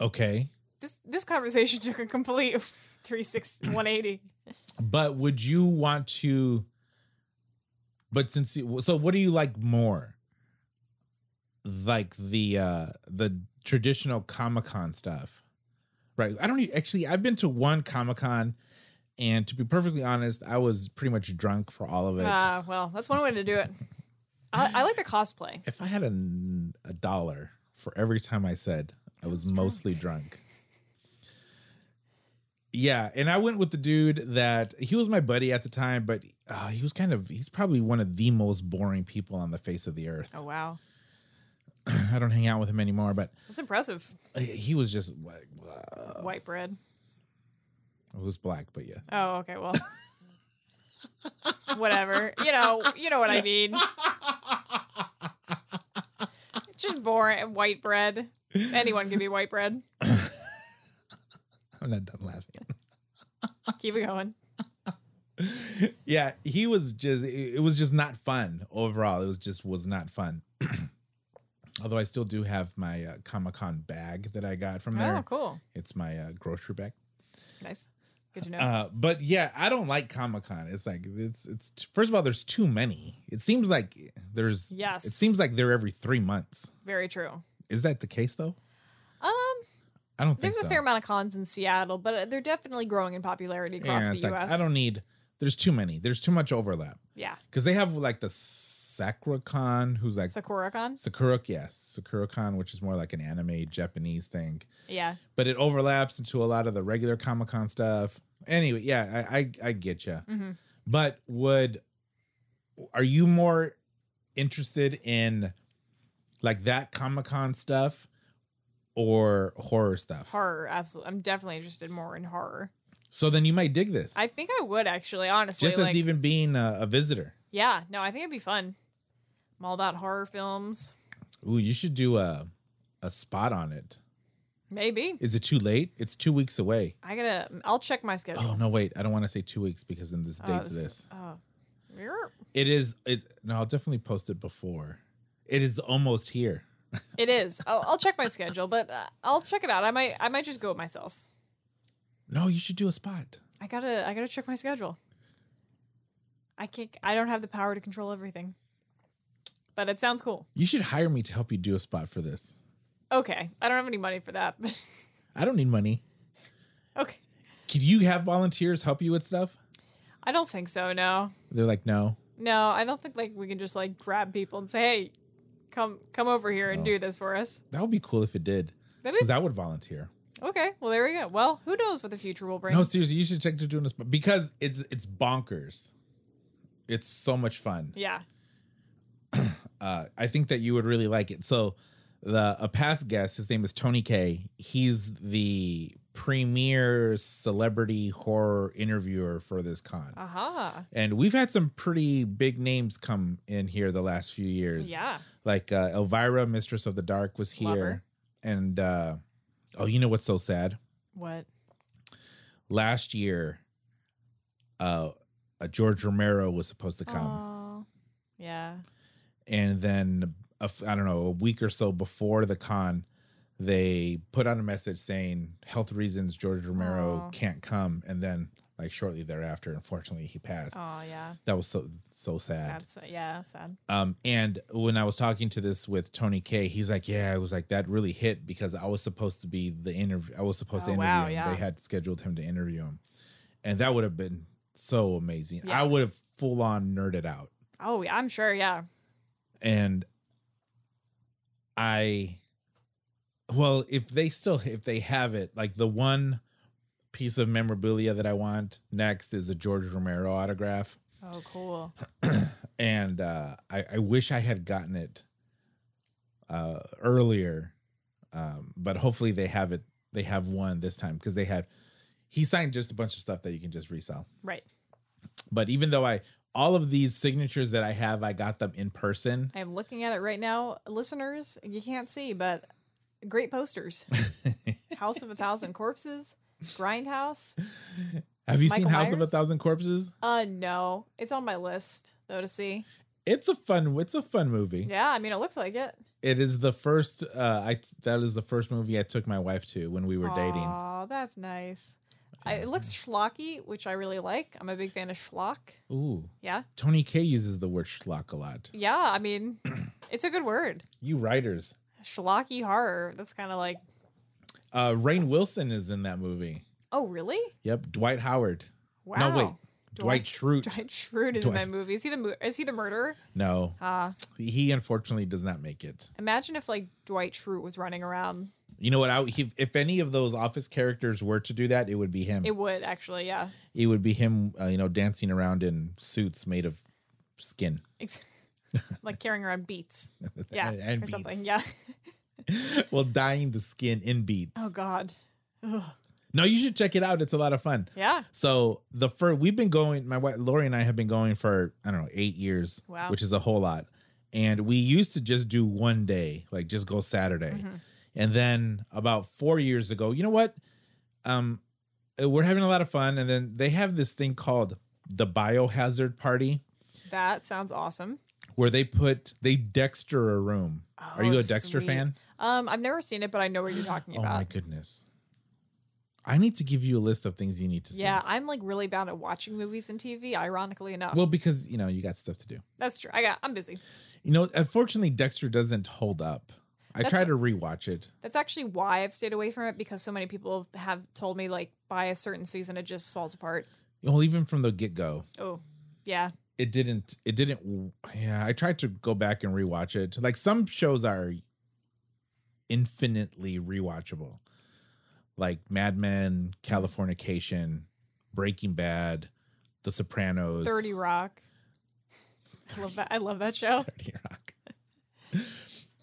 S1: Okay,
S2: This this conversation took a complete 360 180.
S1: but would you want to? But since you, so, what do you like more? Like the uh the traditional Comic Con stuff, right? I don't e- actually. I've been to one Comic Con, and to be perfectly honest, I was pretty much drunk for all of it.
S2: Ah, well, that's one way to do it. I, I like the cosplay.
S1: if I had a, n- a dollar for every time I said I was mostly drunk. Yeah, and I went with the dude that he was my buddy at the time, but uh, he was kind of he's probably one of the most boring people on the face of the earth.
S2: Oh wow.
S1: I don't hang out with him anymore, but uh,
S2: That's impressive.
S1: he was just like uh,
S2: White bread.
S1: it was black, but yeah.
S2: Oh, okay. Well, whatever. You know, you know what I mean. Just boring white bread. Anyone can be white bread.
S1: I'm not done laughing.
S2: Keep it going.
S1: yeah, he was just it it was just not fun overall. It was just was not fun. Although I still do have my uh, Comic Con bag that I got from there.
S2: Oh, cool.
S1: It's my uh, grocery bag.
S2: Nice. Good to know.
S1: Uh, but yeah, I don't like Comic Con. It's like it's it's t- first of all, there's too many. It seems like there's
S2: Yes.
S1: It seems like they're every three months.
S2: Very true.
S1: Is that the case though?
S2: Um,
S1: I don't think
S2: there's a
S1: so.
S2: fair amount of cons in Seattle, but uh, they're definitely growing in popularity across
S1: Yeah,
S2: the
S1: it's like,
S2: U.S.
S1: I don't need. There's too many. There's too much overlap
S2: Yeah,
S1: because they have like the SakuraCon, who's like
S2: Sakura cons.
S1: Sakura, yes, SakuraCon, which is more like an anime Japanese thing,
S2: Yeah,
S1: but it overlaps into a lot of the regular Comic Con stuff. Anyway, yeah, I I, I get you.
S2: Mhm.
S1: But would are you more interested in like that Comic Con stuff or horror stuff?
S2: horror. Absolutely. I'm definitely interested more in horror.
S1: So then you might dig this,
S2: I think I would actually, honestly.
S1: just
S2: like,
S1: as even being a, a visitor.
S2: Yeah, no, I think it'd be fun. I'm all about horror films.
S1: Ooh, you should do a a spot on it.
S2: Maybe.
S1: Is it too late? It's two weeks away.
S2: I gotta, I'll check my schedule.
S1: Oh no, wait! I don't want to say two weeks because then this
S2: Oh,
S1: dates
S2: this-
S1: this.
S2: Oh. You're-
S1: It is. It, no, I'll definitely post it before. It is almost here.
S2: It is. Oh, I'll check my schedule, but uh, I'll check it out. I might, I might just go myself.
S1: No, you should do a spot.
S2: I gotta, I gotta check my schedule. I can't, I don't have the power to control everything, but it sounds cool.
S1: You should hire me to help you do a spot for this.
S2: Okay, I don't have any money for that, but
S1: I don't need money.
S2: okay,
S1: Could you have volunteers help you with stuff?
S2: I don't think so. No,
S1: They're like, no.
S2: no, I don't think like we can just like grab people and say, hey, come, come over here and
S1: No.
S2: do this for us.
S1: That would be cool if it did,
S2: That'd be
S1: because I would volunteer.
S2: Okay, well there we go. Well, who knows what the future will bring?
S1: No, seriously, you should check to doing a spot because it's it's bonkers. It's so much fun.
S2: yeah.
S1: uh, I think that you would really like it. So, the a past guest, his name is Tony K. He's the premier celebrity horror interviewer for this con.
S2: Aha.
S1: And we've had some pretty big names come in here the last few years.
S2: Yeah.
S1: Like uh, Elvira, Mistress of the Dark, was here.
S2: Love her.
S1: And uh, oh, you know what's so sad?
S2: What?
S1: Last year, uh, uh, George Romero was supposed to come.
S2: Aw. yeah.
S1: and then a f- I don't know a week or so before the con, they put out a message saying health reasons George Romero
S2: Aw.
S1: can't come, and then like shortly thereafter, unfortunately, he passed.
S2: Oh yeah.
S1: That was so so sad.
S2: Sad. sad. Yeah. Sad.
S1: Um, and when I was talking to this with Tony K, he's like, "Yeah, I was like that really hit because I was supposed to be the interview. I was supposed to
S2: Oh,
S1: interview
S2: wow,
S1: him.
S2: yeah.
S1: They had scheduled him to interview him, and that would have been so amazing.
S2: Yeah.
S1: I would have full on nerded out."
S2: Oh, yeah, I'm sure. Yeah.
S1: and i well if they still if they have it like the one piece of memorabilia that i want next is a george romero autograph
S2: Oh, cool.
S1: and uh i, I wish i had gotten it uh earlier um but hopefully they have it they have one this time because they had he signed just a bunch of stuff that you can just resell
S2: Right.
S1: but even though i all of these signatures that i have i got them in person
S2: I am looking at it right now, listeners. You can't see, but great posters. House of a Thousand Corpses, Grindhouse.
S1: have you
S2: Michael
S1: seen house of a
S2: Myers?
S1: thousand corpses
S2: Uh, no, it's on my list though to see.
S1: it's a fun it's a fun movie
S2: Yeah, I mean, it looks like it.
S1: it is the first uh i that is the first movie i took my wife to when we were dating Mm-hmm.
S2: Oh, that's nice. I, it looks schlocky, which I really like. I'm a big fan of schlock.
S1: ooh
S2: Yeah,
S1: tony k uses the word schlock a lot
S2: yeah. I mean, it's a good word.
S1: you writers
S2: Schlocky horror. That's kind of like.
S1: uh rain wilson is in that movie
S2: Oh, really?
S1: yep dwight howard
S2: Wow.
S1: no wait dwight,
S2: Dwight-
S1: schrute
S2: Dwight Schrute is in
S1: Dwight.
S2: that movie. Is he the mu- is he the murderer?
S1: no
S2: Uh,
S1: he unfortunately does not make it
S2: imagine if like Dwight Schrute was running around.
S1: you know what i he, if any of those office characters were to do that it would be him
S2: It would actually, yeah.
S1: it would be him uh, you know dancing around in suits made of skin
S2: Ex- like carrying around beats. Yeah.
S1: And- and
S2: or something.
S1: beats.
S2: Yeah.
S1: well dyeing the skin in beads
S2: Oh god.
S1: No, you should check it out. It's a lot of fun.
S2: Yeah.
S1: So the first we've been going, my wife Lori and I have been going for I don't know eight years,
S2: Wow.
S1: which is a whole lot. And we used to just do one day, like just go Saturday,
S2: Mm-hmm.
S1: and then about four years ago, you know what? Um, uh, we're having a lot of fun, and then they have this thing called the biohazard party,
S2: That sounds awesome.
S1: where they put they Dexter a room. Are you
S2: Oh,
S1: a Dexter
S2: sweet.
S1: fan?
S2: Um, I've never seen it, but I know what you're talking
S1: Oh my
S2: about.
S1: goodness! I need to give you a list of things you need to see.
S2: Yeah, I'm like really bad at watching movies and TV, ironically enough.
S1: Well, because you know you got stuff to do.
S2: That's true. I got I'm busy.
S1: You know, unfortunately, Dexter doesn't hold up. I
S2: That's
S1: try
S2: what-
S1: to rewatch it.
S2: That's actually why I've stayed away from it because so many people have told me like by a certain season it just falls apart.
S1: Well, even from the get go,
S2: Oh, yeah.
S1: it didn't. It didn't. Yeah, I tried to go back and rewatch it. Like some shows are infinitely rewatchable, like Mad Men, Californication, Breaking Bad, The Sopranos,
S2: 30 Rock. I love that. I love that show.
S1: 30 Rock.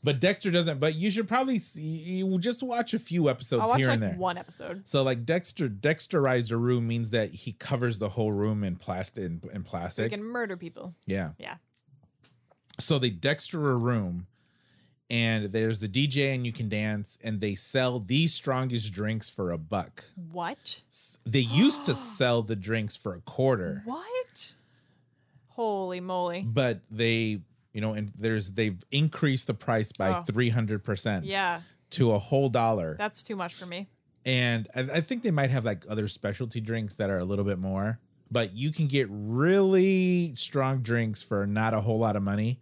S1: but Dexter doesn't. But you should probably see. You just watch a few episodes
S2: I'll watch
S1: here
S2: like
S1: and there.
S2: one episode.
S1: So like Dexter Dexterized a room means that he covers the whole room in plastic in, in
S2: So we
S1: plastic.
S2: can murder people.
S1: yeah.
S2: Yeah.
S1: So they Dexter a room and there's the DJ and you can dance and they sell the strongest drinks for a buck.
S2: What?
S1: S- They used to sell the drinks for a quarter,
S2: What? Holy moly.
S1: but they you know, and there's they've increased the price by
S2: Oh.
S1: three hundred percent
S2: Yeah,
S1: to a whole dollar,
S2: that's too much for me.
S1: and I, I think they might have like other specialty drinks that are a little bit more but you can get really strong drinks for not a whole lot of money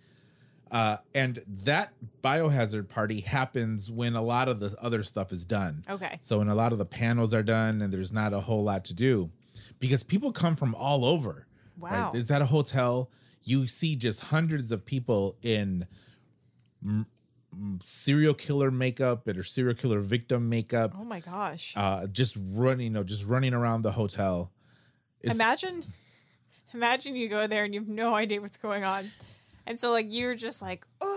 S1: uh, and that biohazard party happens when a lot of the other stuff is done
S2: Okay.
S1: so when a lot of the panels are done and there's not a whole lot to do because people come from all over
S2: Wow.
S1: is that a hotel you see just hundreds of people in m- m- serial killer makeup or serial killer victim makeup
S2: Oh my gosh.
S1: uh, just running, you know, just running around the hotel. It's,
S2: imagine imagine you go there and you have no idea what's going on. And so like you're just like, oh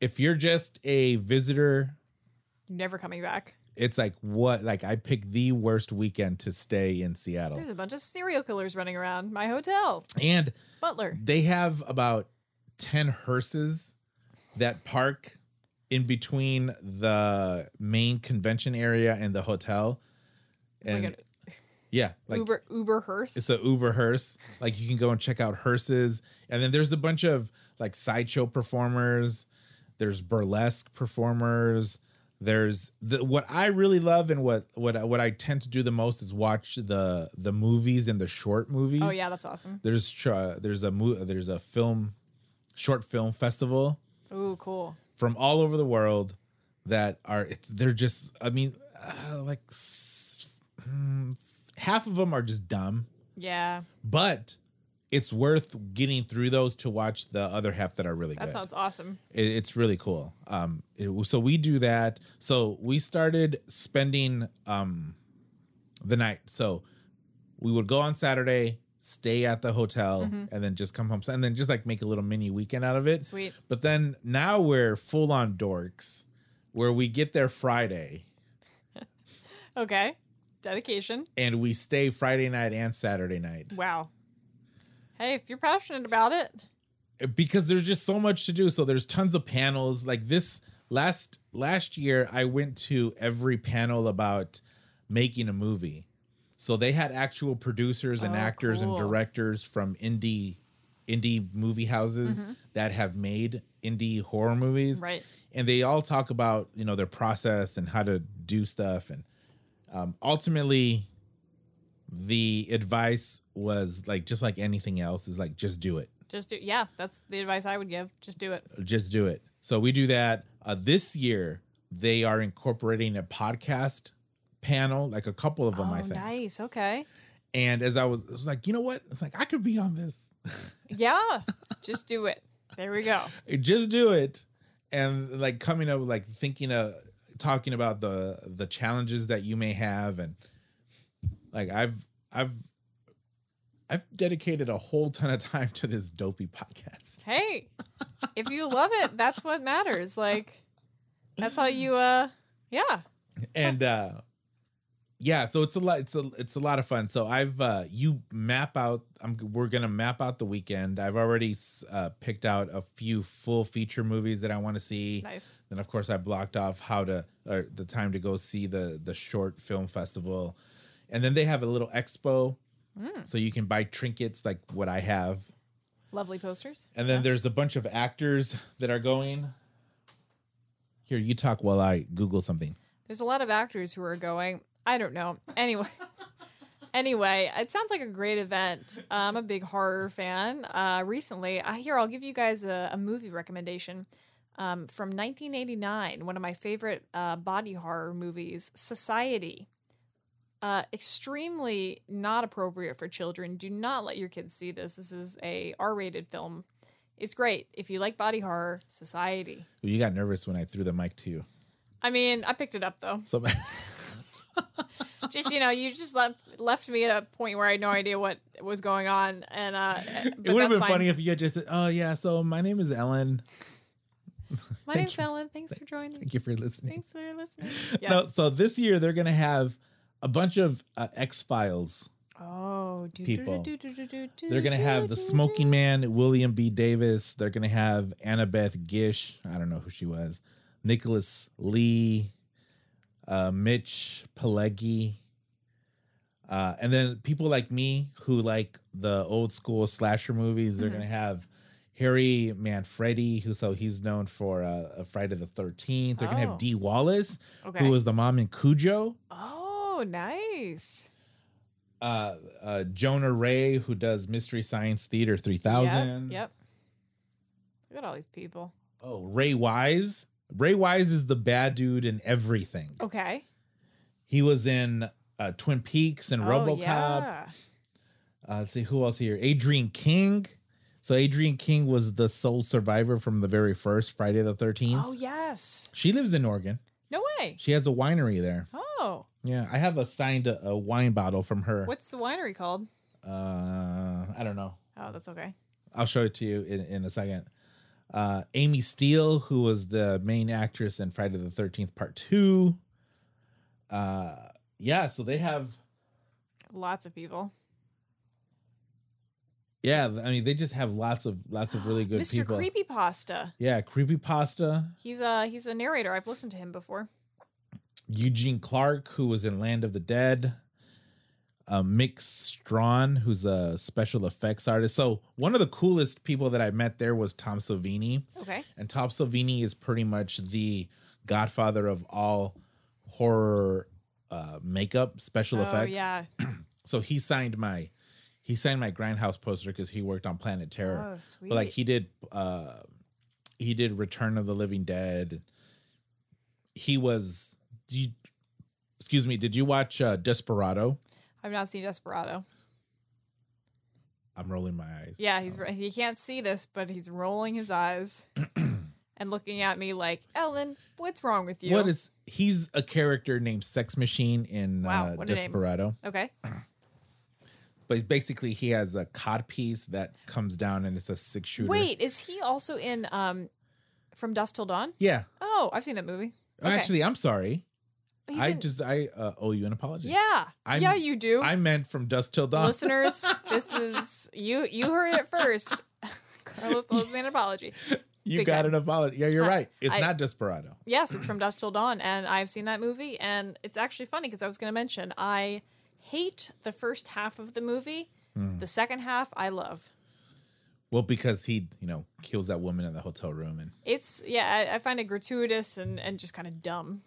S1: if you're just a visitor
S2: never coming back.
S1: It's like what? Like I picked the worst weekend to stay in Seattle,
S2: There's a bunch of serial killers running around my hotel.
S1: and
S2: Butler.
S1: they have about ten hearses that park in between the main convention area and the hotel.
S2: It's like
S1: and
S2: an
S1: yeah, like
S2: Uber Uber hearse.
S1: It's a Uber hearse. Like you can go and check out hearses, and then there's a bunch of like sideshow performers. There's burlesque performers. There's the, what I really love, and what what I- what I tend to do the most is watch the the movies and the short movies.
S2: oh yeah, that's awesome.
S1: There's tr- there's a mo- there's a film short film festival
S2: Ooh, cool.
S1: from all over the world that are it's, they're just I mean uh, like s- mm, half of them are just dumb
S2: Yeah,
S1: but it's worth getting through those to watch the other half that are really
S2: that
S1: good.
S2: sounds awesome.
S1: It- it's really cool. Um, it- so we do that. So we started spending um, the night. So we would go on Saturday, stay at the hotel, and then just come home and then just like make a little mini weekend out of it.
S2: Sweet.
S1: But then now we're full on dorks, where we get there Friday
S2: Okay, dedication.
S1: and we stay Friday night and Saturday night.
S2: Wow. Hey, if you're passionate about it,
S1: because there's just so much to do. So there's tons of panels. Like this last last year, I went to every panel about making a movie. So they had actual producers and
S2: Oh,
S1: actors
S2: cool.
S1: and directors from indie indie movie houses that have made indie horror movies.
S2: Mm-hmm. Right.
S1: And they all talk about, you know, their process and how to do stuff and um, ultimately the advice was like just like anything else is like just do it
S2: just do. Yeah, that's the advice I would give. Just do it.
S1: just do it. So we do that. Uh, this year, they are incorporating a podcast panel, like a couple of them, I
S2: oh,
S1: think.
S2: nice. Okay.
S1: And as I was, I was like, you know what? It's like I could be on this.
S2: Yeah, just do it. There we go.
S1: just do it. And like coming up, like thinking of talking about the the challenges that you may have, and like I've I've I've dedicated a whole ton of time to this dopey podcast.
S2: Hey, if you love it, that's what matters. Like, that's how you. Uh, yeah.
S1: and uh yeah so it's a lot it's a it's a lot of fun so i've uh you map out i'm we're gonna map out the weekend i've already s- uh picked out a few full feature movies that i want to see
S2: Nice.
S1: then of course i blocked off how to or the time to go see the the short film festival and then they have a little expo so you can buy trinkets like what i have
S2: Lovely posters.
S1: and then there's a bunch of actors that are going here you talk while i google something
S2: There's a lot of actors who are going. I don't know. Anyway. Anyway, it sounds like a great event. I'm a big horror fan. Uh, recently, I here I'll give you guys a, a movie recommendation um, from 1989, one of my favorite uh, body horror movies, Society. Uh, extremely not appropriate for children. Do not let your kids see this. This is a R-rated film. It's great if you like body horror. Society.
S1: Ooh, you got nervous when I threw the mic to you.
S2: I mean, I picked it up though.
S1: So
S2: just you know you just left left me at a point where i had no idea what was going on and uh
S1: it would have been funny if you had just said, "Oh yeah, so my name is Ellen.
S2: my name's ellen thanks for joining
S1: Thank you for listening."
S2: thanks for listening yeah
S1: No, so this year they're gonna have a bunch of uh, X Files.
S2: oh do,
S1: People.
S2: do, do, do, do, do,
S1: They're gonna
S2: do,
S1: have the
S2: do,
S1: Smoking Man, William B. Davis. They're gonna have Annabeth Gish. I don't know who she was. Nicholas Lee, uh, Mitch Pileggi. Uh, and then people like me who like the old school slasher movies, they're
S2: Mhm.
S1: gonna have Harry Manfredi, who so he's known for uh, Friday the Thirteenth. They're gonna
S2: Oh.
S1: have Dee Wallace,
S2: do. okay
S1: who was the mom in Cujo.
S2: oh nice
S1: Uh, uh, Jonah Ray, who does Mystery Science Theater three thousand.
S2: yep, yep look at all these people
S1: Oh, Ray Wise. Ray Wise is the bad dude in everything.
S2: okay
S1: He was in uh, Twin Peaks and
S2: oh,
S1: RoboCop.
S2: yeah.
S1: Uh, let's see who else here. Adrian King. So Adrian King was the sole survivor from the very first Friday the Thirteenth.
S2: oh yes
S1: She lives in Oregon.
S2: no way
S1: She has a winery there.
S2: oh
S1: Yeah, I have a signed a, a wine bottle from her.
S2: what's the winery called
S1: Uh, I don't know.
S2: oh that's okay
S1: I'll show it to you in, in a second. uh, Amy Steele, who was the main actress in Friday the Thirteenth Part Two. Uh, yeah, so they have.
S2: Lots of people.
S1: Yeah, I mean, they just have lots of lots of really good
S2: Mr.
S1: people.
S2: Creepy Creepypasta.
S1: yeah, creepypasta.
S2: He's a he's a narrator. I've listened to him before.
S1: Eugene Clark, who was in Land of the Dead. Uh, Mick Strawn, who's a special effects artist. So one of the coolest people that I met there was Tom Savini.
S2: Okay.
S1: And Tom Savini is pretty much the godfather of all horror uh, makeup special
S2: oh
S1: effects.
S2: yeah.
S1: So he signed my he signed my Grindhouse poster because he worked on Planet Terror.
S2: Oh sweet.
S1: but like he did uh he did Return of the Living Dead. He was do you, excuse me, did you watch uh, Desperado?
S2: I've not seen Desperado.
S1: I'm rolling my eyes.
S2: Yeah, he's he can't see this, but he's rolling his eyes and looking at me like, Ellen, what's wrong with you?
S1: What is he's a character named Sex Machine in uh,
S2: Wow, what a name.
S1: Desperado.
S2: okay?
S1: but basically he has a cod piece that comes down and it's a six shooter.
S2: Wait, is he also in um from Dust Till Dawn?
S1: Yeah.
S2: Oh, I've seen that movie. Okay.
S1: Actually, I'm sorry.
S2: He's
S1: I
S2: in-
S1: just I uh, owe you an apology.
S2: yeah,
S1: I'm-
S2: yeah, you do.
S1: I meant from dusk till dawn.
S2: Listeners, this is you. You heard it first. Carlos owes me an apology.
S1: you
S2: big
S1: got an
S2: time.
S1: apology. Yeah, you're
S2: I-
S1: right. It's
S2: I-
S1: not Desperado.
S2: Yes, it's from Dust Till Dawn, and I've seen that movie, and it's actually funny because I was going to mention I hate the first half of the movie.
S1: Hmm.
S2: The second half, I love.
S1: Well, because he you know kills that woman in the hotel room, and
S2: It's yeah, I, I find it gratuitous and and just kind of dumb.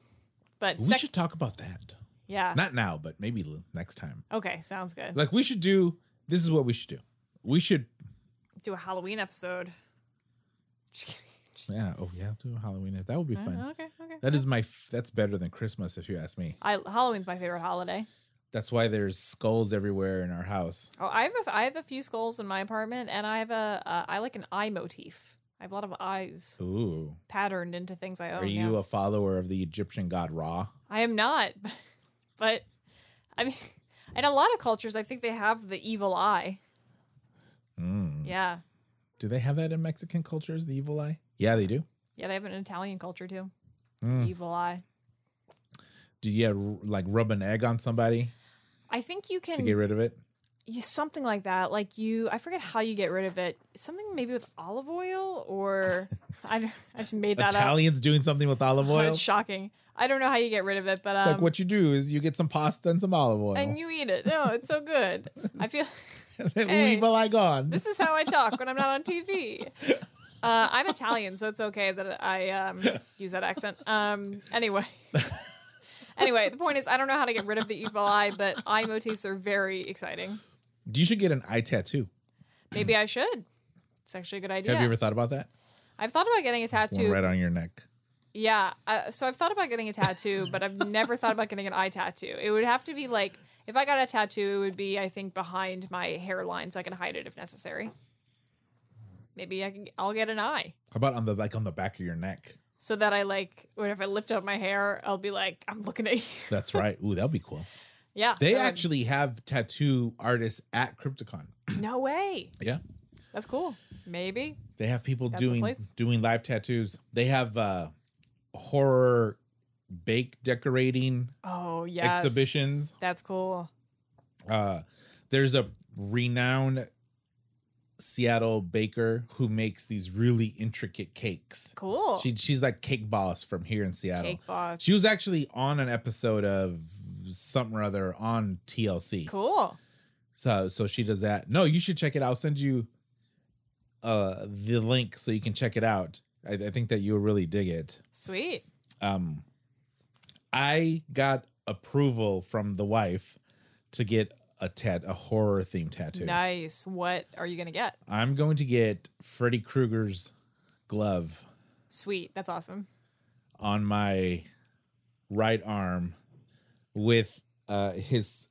S2: But
S1: we
S2: sec-
S1: should talk about that.
S2: yeah,
S1: Not now, but maybe l- next time.
S2: okay, sounds good.
S1: Like we should do. This is what we should do. We should.
S2: Do a Halloween episode. Just kidding. Just-
S1: Yeah. Oh yeah. Do a Halloween. That would be fun.
S2: okay, okay.
S1: That is my. f- That's better than Christmas, if you ask me.
S2: I Halloween's my favorite holiday.
S1: That's why there's skulls everywhere in our house.
S2: Oh, I have a, I have a few skulls in my apartment, and I have a uh, I like an eye motif. I have a lot of eyes
S1: Ooh.
S2: patterned into things I own.
S1: Are you
S2: yeah.
S1: a follower of the Egyptian god Ra?
S2: I am not, but I mean, in a lot of cultures, I think they have the evil eye.
S1: Mm.
S2: Yeah,
S1: Hmm. Do they have that in Mexican cultures, the evil eye? Yeah, they do.
S2: yeah, they have it in Italian culture too.
S1: Mm.
S2: Evil eye.
S1: Do you uh, r- like rub an egg on somebody
S2: I think you
S1: to
S2: can
S1: get rid of it?
S2: you, something like that. Like you, I forget how you get rid of it. Something maybe with olive oil, or I, don't- I just made that
S1: Italians doing something with olive
S2: up.
S1: oil?
S2: It's shocking. I don't know how you get rid of it, but um,
S1: like what you do is you get some pasta and some olive oil.
S2: and you eat it. No, it's so good. I feel hey.
S1: evil eye gone.
S2: this is how I talk when I'm not on TV. Uh, I'm Italian, so it's okay that I um, use that accent. Um, anyway, anyway, the point is, I don't know how to get rid of the evil eye, but eye motifs are very exciting.
S1: You should get an eye tattoo.
S2: Maybe I should. It's actually a good idea.
S1: Have you ever thought about that?
S2: I've thought about getting a
S1: One
S2: tattoo.
S1: right on your neck.
S2: Yeah. Uh, so I've thought about getting a tattoo, but I've never thought about getting an eye tattoo. It would have to be like, if I got a tattoo, it would be, I think, behind my hairline so I can hide it if necessary. Maybe I can, I'll get an eye
S1: How about on the like on the back of your neck?
S2: so that I like, or if I lift up my hair, I'll be like, I'm looking at you.
S1: That's right. Ooh, that'd be cool.
S2: Yeah.
S1: They
S2: that would-
S1: actually have tattoo artists at Crypticon.
S2: No way.
S1: Yeah.
S2: That's cool. Maybe.
S1: They have people
S2: the
S1: doing
S2: place.
S1: doing live tattoos. They have uh horror bake decorating
S2: Oh, yes.
S1: exhibitions.
S2: That's cool.
S1: Uh there's a renowned Seattle baker who makes these really intricate cakes.
S2: Cool.
S1: She she's like cake boss from here in Seattle.
S2: Cake boss.
S1: She was actually on an episode of something or other on TLC.
S2: Cool.
S1: So so she does that. No, you should check it out. I'll send you uh the link so you can check it out. I, I think that you'll really dig it.
S2: Sweet.
S1: Um I got approval from the wife to get a tat a horror themed tattoo.
S2: Nice. What are you going to get?
S1: I'm going to get Freddy Krueger's glove
S2: Sweet. That's awesome.
S1: on my right arm with uh his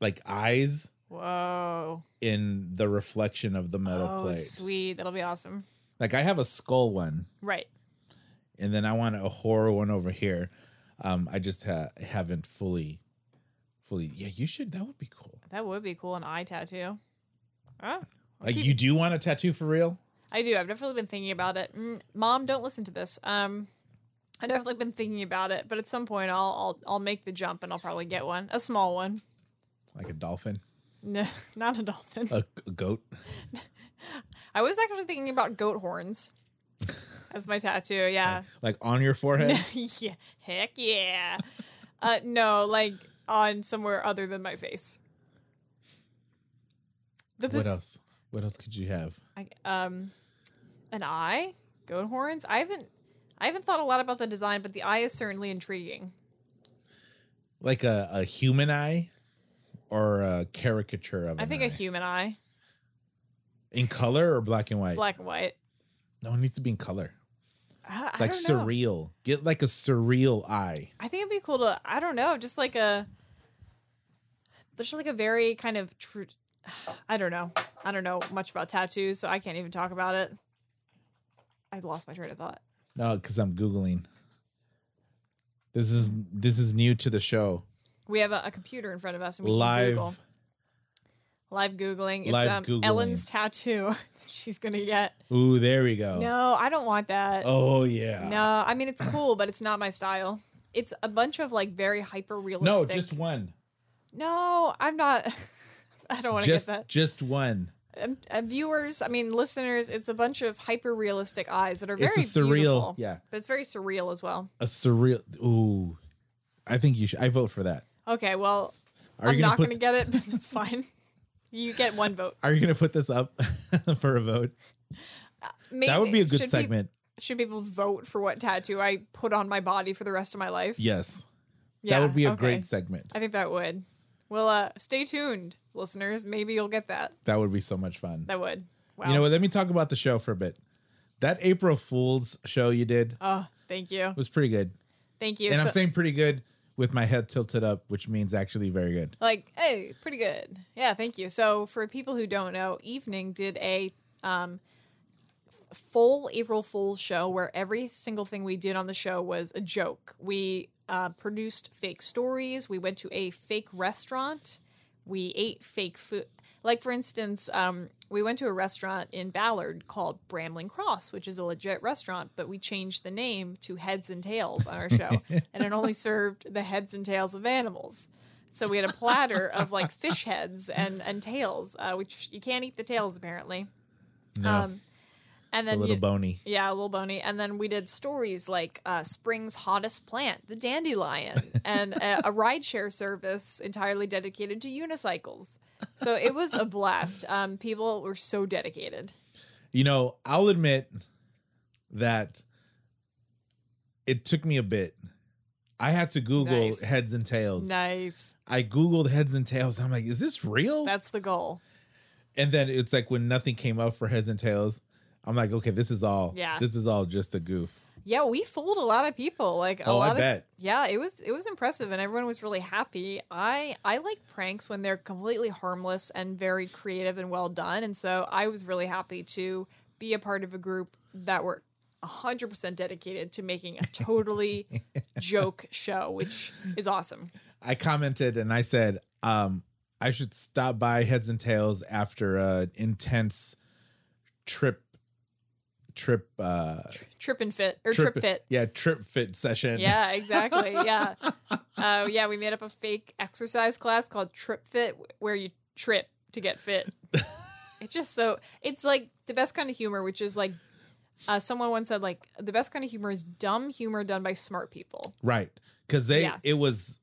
S1: like eyes
S2: Whoa.
S1: in the reflection of the metal
S2: oh,
S1: plate.
S2: sweet. That'll be awesome.
S1: Like I have a skull one,
S2: Right.
S1: and then I want a horror one over here. Um, I just ha- haven't fully, fully. Yeah, you should. That would be cool.
S2: That would be cool. An eye tattoo. Huh?
S1: Like, you do want a tattoo for real?
S2: I do. I've definitely been thinking about it. Mm, Mom, don't listen to this. Um, I've definitely been thinking about it, but at some point I'll I'll I'll make the jump and I'll probably get one, a small one.
S1: Like a dolphin,
S2: No, not a dolphin.
S1: a, a goat.
S2: I was actually thinking about goat horns as my tattoo. Yeah,
S1: Like on your forehead.
S2: yeah, heck yeah. Uh, no, like on somewhere other than my face. The
S1: what
S2: pos-
S1: else? What else could you have?
S2: I, um, an eye, goat horns. I haven't, I haven't thought a lot about the design, but the eye is certainly intriguing.
S1: Like a, a human eye or a caricature of
S2: I
S1: an
S2: think
S1: eye?
S2: a human eye,
S1: in color or black and white?
S2: black and white.
S1: No, it needs to be in color.
S2: I, I
S1: like
S2: don't know.
S1: surreal. Get like a surreal eye.
S2: I think it'd be cool to, I don't know, just like a, there's like a very kind of true. I don't know. I don't know much about tattoos, so I can't even talk about it. I lost my train of thought.
S1: No, because I'm googling. This is this is new to the show.
S2: We have a, a computer in front of us, and we
S1: Live.
S2: can Google. Live googling. It's
S1: Live
S2: um,
S1: Googling.
S2: Ellen's tattoo. that She's gonna get.
S1: Ooh, there we go.
S2: No, I don't want that.
S1: Oh yeah.
S2: No, I mean it's cool, but it's not my style. It's a bunch of like very hyper
S1: No,
S2: realistic.
S1: just one.
S2: No, I'm not. I don't want to get
S1: Just
S2: that.
S1: just one.
S2: Um, uh, viewers, I mean listeners, it's a bunch of hyper realistic eyes that are very
S1: It's a surreal-
S2: beautiful.
S1: yeah.
S2: but it's very surreal as well.
S1: A surreal. Ooh, I think you should. I vote for that.
S2: Okay, well,
S1: Are
S2: I'm
S1: you gonna
S2: not
S1: put-
S2: going to get it, but it's fine. You get one vote.
S1: Are you gonna put this up for a vote?
S2: Maybe.
S1: That would be a good
S2: Should peop-
S1: segment.
S2: should people vote for what tattoo I put on my body for the rest of my life?
S1: yes,
S2: Yeah,
S1: that would be a
S2: okay.
S1: great segment.
S2: I think that would. Well, uh, stay tuned, listeners. Maybe you'll get that.
S1: That would be so much fun.
S2: That would. Wow.
S1: You know what? Let me talk about the show for a bit. That April Fool's show you did
S2: Oh, thank you.
S1: was pretty good,
S2: Thank you.
S1: and
S2: So-
S1: I'm saying pretty good with my head tilted up, which means actually very good.
S2: like, hey, pretty good. Yeah, thank you. So, for people who don't know, Evening did a um, f- full April Fool's show where every single thing we did on the show was a joke. We uh, produced fake stories. We went to a fake restaurant. We ate fake food. Like, for instance, um, we went to a restaurant in Ballard called Bramling Cross, which is a legit restaurant, but we changed the name to Heads and Tails on our show. and it only served the heads and tails of animals. So we had a platter of like fish heads and, and tails, uh, which you can't eat the tails apparently.
S1: No, it's
S2: and
S1: a
S2: Um, then
S1: little
S2: you-
S1: bony.
S2: yeah, a little bony. And then we did stories like uh, spring's hottest plant, the dandelion, and a, a rideshare service entirely dedicated to unicycles. So it was a blast. Um, people were so dedicated.
S1: You know, I'll admit that it took me a bit. I had to Google
S2: Nice.
S1: heads and tails.
S2: Nice.
S1: I Googled heads and tails. I'm like, is this real?
S2: That's the goal.
S1: and then it's like when nothing came up for heads and tails, I'm like, okay, this is all.
S2: Yeah.
S1: This is all just a goof.
S2: Yeah, we fooled a lot of people. Like a
S1: Oh, I
S2: lot of
S1: bet.
S2: yeah, it was it was impressive and everyone was really happy. I I like pranks when they're completely harmless and very creative and well done. And so I was really happy to be a part of a group that were 100% dedicated to making a totally joke show, which is awesome.
S1: I commented and I said, um, I should stop by heads and tails after an intense trip trip uh
S2: Trip and fit or trip fit.
S1: Yeah, trip fit session.
S2: Yeah, exactly. Yeah. Uh, yeah, we made up a fake exercise class called Trip Fit, where you trip to get fit. It's just so, it's like the best kind of humor, which is like, uh, someone once said, like, the best kind of humor is dumb humor done by smart people.
S1: Right. Cause they
S2: Yeah.
S1: it was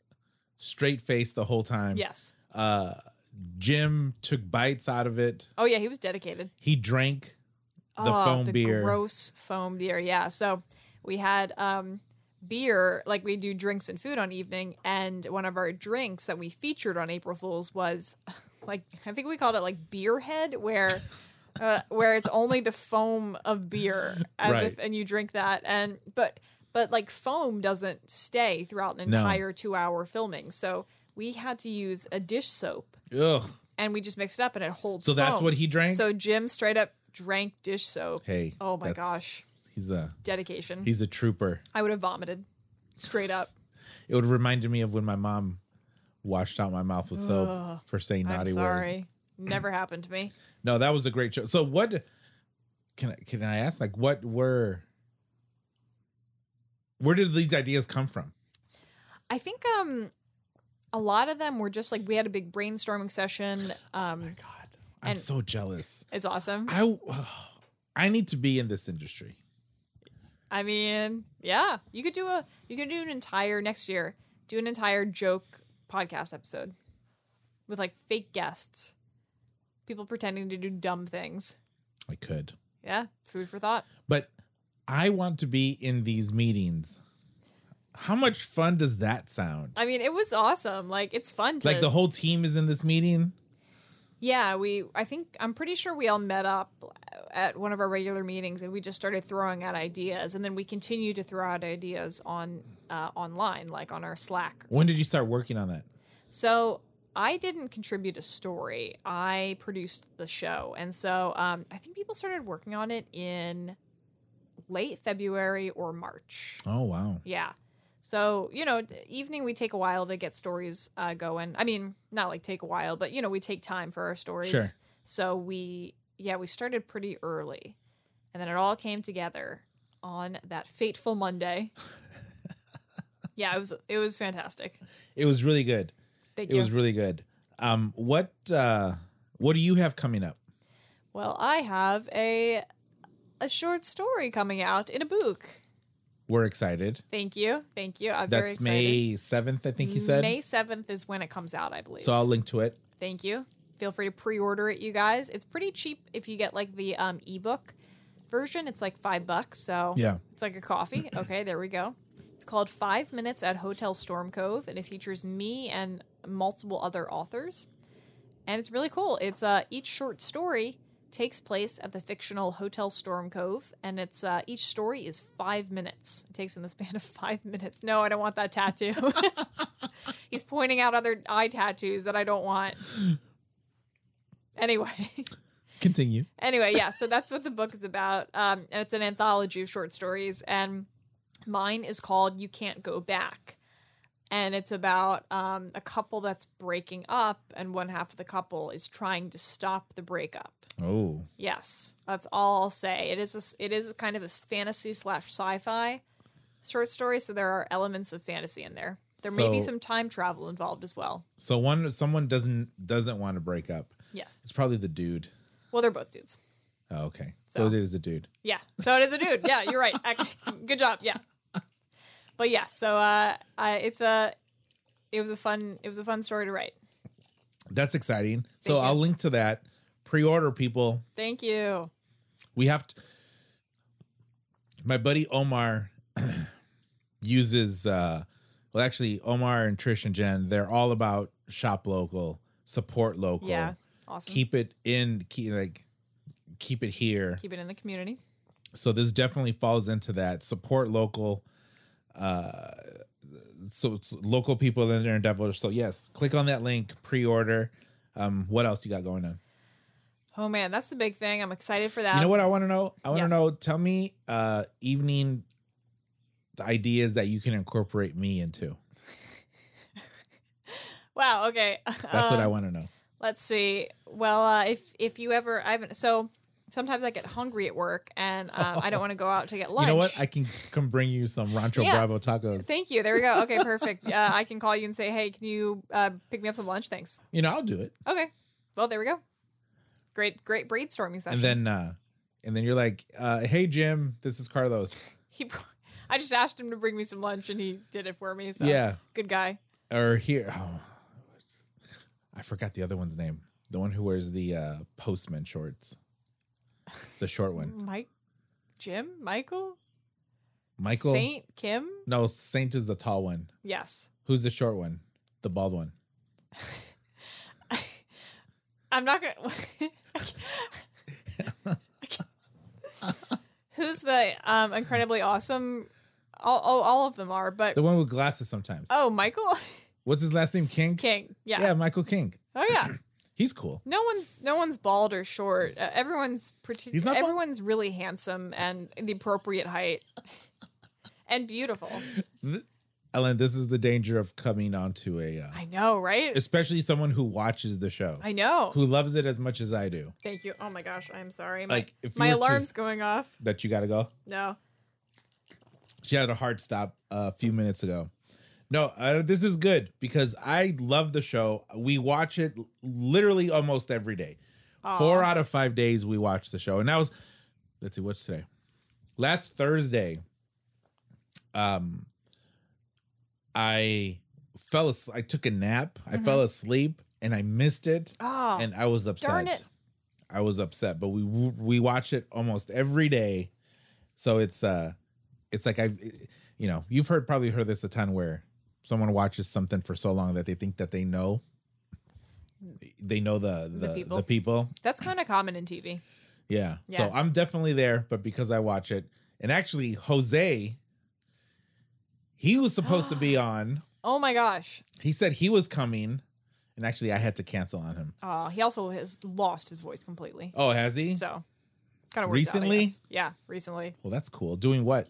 S1: straight face the whole time.
S2: Yes.
S1: Uh Jim took bites out of it.
S2: Oh, yeah, he was dedicated.
S1: He drank the
S2: oh,
S1: foam
S2: the
S1: beer.
S2: Gross foam beer. Yeah. So we had um, beer, like we do drinks and food on evening, and one of our drinks that we featured on April Fools was like I think we called it like beer head, where uh, where it's only the foam of beer, as
S1: Right.
S2: if and you drink that, and but but like foam doesn't stay throughout an
S1: No.
S2: entire two hour filming, so we had to use a dish soap.
S1: Ugh.
S2: And we just mixed it up and it holds.
S1: So that's
S2: foam.
S1: what he drank?
S2: Oh, So Jim straight up drank dish soap.
S1: Hey.
S2: Oh my
S1: that's-
S2: gosh.
S1: He's a
S2: Dedication.
S1: he's a trooper.
S2: I would have vomited straight up.
S1: It would have reminded me of when my mom washed out my mouth with soap for saying naughty words.
S2: I'm sorry. Never happened to me.
S1: No, that was a great show. So what Can I, can I ask like what were where did these ideas come from?
S2: I think um a lot of them were just like we had a big brainstorming session. Um
S1: God, I'm
S2: And-
S1: so jealous.
S2: it's awesome.
S1: Oh I I need to be in this industry.
S2: I mean, yeah, you could do a you could do an entire next year, do an entire joke podcast episode with like fake guests, people pretending to do dumb things.
S1: I could.
S2: Yeah, food for thought.
S1: But I want to be in these meetings. How much fun does that sound?
S2: I mean, it was awesome. Like it's fun to
S1: Like the whole team is in this meeting.
S2: Yeah, we I think I'm pretty sure we all met up at one of our regular meetings and we just started throwing out ideas and then we continued to throw out ideas on uh, online like on our Slack
S1: When did you start working on that?
S2: So I didn't contribute a story. I produced the show, and so um, I think people started working on it in late February or March.
S1: Oh wow.
S2: Yeah. So you know, d- evening we take a while to get stories uh, going. I mean, not like take a while, but you know, we take time for our stories.
S1: Sure.
S2: So we, yeah, we started pretty early, and then it all came together on that fateful Monday. yeah, it was it was fantastic.
S1: It was really good.
S2: Thank
S1: It
S2: you.
S1: was really good. Um what uh what do you have coming up?
S2: Well, I have a a short story coming out in a book.
S1: We're excited.
S2: Thank you, thank you. I'm very
S1: That's
S2: excited.
S1: May 7th, I think you said.
S2: May seventh is when it comes out, I believe.
S1: so I'll link to it.
S2: thank you. Feel free to pre-order it, you guys. It's pretty cheap if you get like the um, ebook version. It's like five bucks, so
S1: Yeah.
S2: it's like a coffee. okay, there we go. It's called Five Minutes at Hotel Storm Cove, and it features me and multiple other authors. And it's really cool. It's uh, each short story takes place at the fictional Hotel Storm Cove, and it's uh, each story is five minutes. It takes in the span of five minutes. No, I don't want that tattoo. He's pointing out other eye tattoos that I don't want. Anyway.
S1: Continue.
S2: Anyway, yeah, so that's what the book is about. Um, and it's an anthology of short stories. And mine is called You Can't Go Back. And it's about um, a couple that's breaking up, and one half of the couple is trying to stop the breakup.
S1: Oh.
S2: Yes, that's all I'll say. It is a s it is kind of a fantasy slash sci-fi short story, so there are elements of fantasy in there. There may be
S1: So-
S2: some time travel involved as well.
S1: So one someone doesn't doesn't want to break up.
S2: Yes.
S1: It's probably the dude.
S2: Well, they're both dudes.
S1: Oh, okay. So,
S2: So-
S1: it is a dude.
S2: Yeah. So it is a dude. Yeah, you're right. Ac- Good job. Yeah. But yeah, so uh, I, it's a it was a fun it was a fun story to write.
S1: That's exciting. so
S2: Thank you.
S1: I'll link to that. Pre-order people.
S2: Thank you.
S1: We have to My buddy Omar uses uh well actually Omar and Trish and Jen, they're all about shop local, support local.
S2: Yeah. Awesome. Keep,
S1: Keep it in keep like keep it here.
S2: it in the community.
S1: so this definitely falls into that support local uh so it's local people in their endeavor so yes click on that link pre-order um what else you got going on
S2: Oh man, that's the big thing. I'm excited for that.
S1: you know what i want to know i want to
S2: Yes.
S1: know tell me uh evening ideas that you can incorporate me into
S2: Wow. Okay. Um,
S1: that's what i want to know
S2: Let's see. Well, uh, if if you ever, I haven't. So sometimes I get hungry at work, and um, I don't want to go out to get lunch.
S1: you know what i can can bring you some rancho
S2: Yeah.
S1: bravo tacos
S2: Thank you. There we go. Okay, perfect. Uh, I can call you and say, "Hey, can you uh, pick me up some lunch?" Thanks.
S1: you know i'll do it
S2: Okay. Well, there we go. Great, great brainstorming session.
S1: and then uh and then you're like uh hey jim this is carlos
S2: he, br- I just asked him to bring me some lunch, and he did it for me. So
S1: yeah
S2: good guy.
S1: or here oh, i forgot the other one's name the one who wears the uh postman shorts the short one
S2: Mike, Jim, Michael,
S1: michael
S2: Saint, Kim.
S1: no saint is the tall one
S2: Yes,
S1: who's the short one the bald one
S2: I'm not gonna. Who's the um incredibly awesome? All, oh, all of them are, but
S1: the one with glasses sometimes
S2: oh, Michael
S1: what's his last name king
S2: King. Yeah.
S1: yeah michael king
S2: Oh yeah.
S1: he's cool
S2: No one's no one's bald or short. Uh, everyone's pretty.
S1: He's not bald?
S2: everyone's really handsome and the appropriate height and beautiful.
S1: Th- Ellen, this is the danger of coming onto a, uh,
S2: I know, right?
S1: especially someone who watches the show,
S2: I know.
S1: who loves it as much as I do.
S2: Thank you. Oh my gosh, I'm sorry. My,
S1: Like, if you
S2: my
S1: were to-
S2: alarm's going off.
S1: That you got to go.
S2: No.
S1: She had a hard stop a few minutes ago. No, uh, this is good because I love the show. We watch it literally almost every day. Four out of five days we watch the show, and that was let's see what's today. Last Thursday, um, I fell. Asleep. I took a nap. I fell asleep and I missed it,
S2: Oh.
S1: and I was upset.
S2: darn it.
S1: I was upset, but we we watch it almost every day, so it's uh it's like I've you know you've heard probably heard this a ton where someone watches something for so long that they think that they know they know the the, the people.
S2: people. that's kind of common in TV.
S1: Yeah.
S2: Yeah.
S1: so I'm definitely there but because I watch it and actually Jose he was supposed to be on
S2: Oh my gosh.
S1: he said he was coming and actually I had to cancel on him
S2: Uh, he also has lost his voice completely.
S1: oh has he
S2: So, kind of
S1: Recently?
S2: yeah, recently.
S1: well that's cool doing what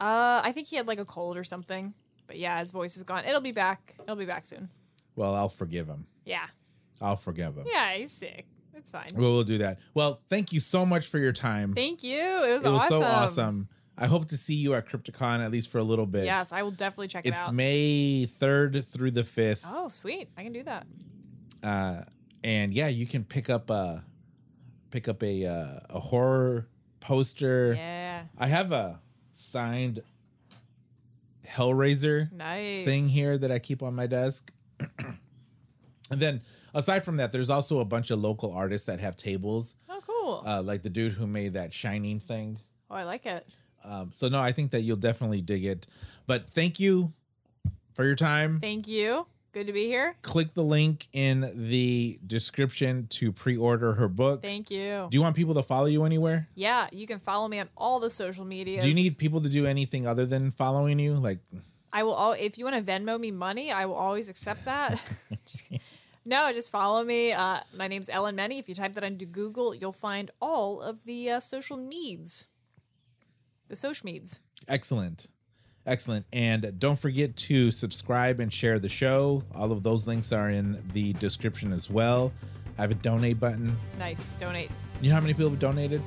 S2: Uh, I think he had like a cold or something. But yeah, his voice is gone. It'll be back. It'll be back soon.
S1: well I'll forgive him
S2: Yeah.
S1: I'll forgive him
S2: Yeah, he's sick. It's fine.
S1: Well, we'll do that. Well, thank you so much for your time.
S2: Thank you. It was,
S1: it was
S2: awesome.
S1: so awesome. I hope to see you at Crypticon at least for a little bit.
S2: Yes, I will definitely check it
S1: It's
S2: out.
S1: May 3rd through the 5th.
S2: oh, sweet. I can do that.
S1: Uh, and yeah, you can pick up a pick up a uh, a horror poster.
S2: Yeah.
S1: I have a signed Hellraiser
S2: Nice.
S1: thing here that I keep on my desk. and then aside from that, there's also a bunch of local artists that have tables.
S2: Oh, cool.
S1: Uh, like the dude who made that shining thing.
S2: oh, I like it.
S1: Um, so no, I think that you'll definitely dig it. But thank you for your time.
S2: Thank you. Good to be here.
S1: Click the link in the description to pre-order her book.
S2: Thank you.
S1: do you want people to follow you anywhere?
S2: yeah, you can follow me on all the social medias.
S1: Do you need people to do anything other than following you? Like,
S2: I will. All, if you want to Venmo me money, I will always accept that. Just kidding. no, just follow me. Uh, my name's Ellen Many. If you type that into Google, you'll find all of the uh, social needs. The social needs.
S1: excellent, excellent. And don't forget to subscribe and share the show. All of those links are in the description as well. I have a donate button.
S2: Nice. Donate.
S1: You know how many people have donated?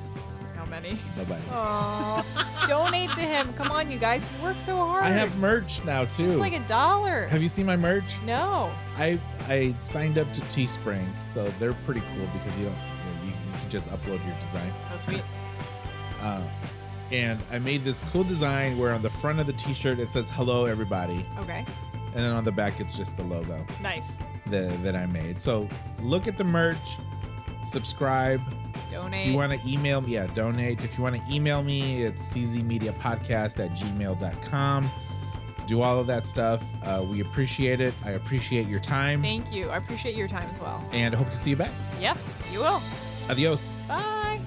S2: How many?
S1: Nobody.
S2: Oh, Aw. donate to him. Come on, you guys. You work so hard.
S1: I have merch now too.
S2: just like a dollar.
S1: have you seen my merch?
S2: no.
S1: I I signed up to Teespring, so they're pretty cool because you don't you, know, you, you can just upload your design.
S2: Oh, sweet.
S1: Uh, and I made this cool design where on the front of the T-shirt it says "Hello, everybody,"
S2: Okay.
S1: and then on the back it's just the logo
S2: Nice.
S1: that that I made. So look at the merch, subscribe.
S2: Donate.
S1: If you want to email me, yeah, donate. If you want to email me, it's czmediapodcast at gmail.com. Do all of that stuff. Uh, we appreciate it. I appreciate your time.
S2: Thank you. I appreciate your time as well.
S1: and hope to see you back.
S2: Yes, you will.
S1: Adios.
S2: Bye.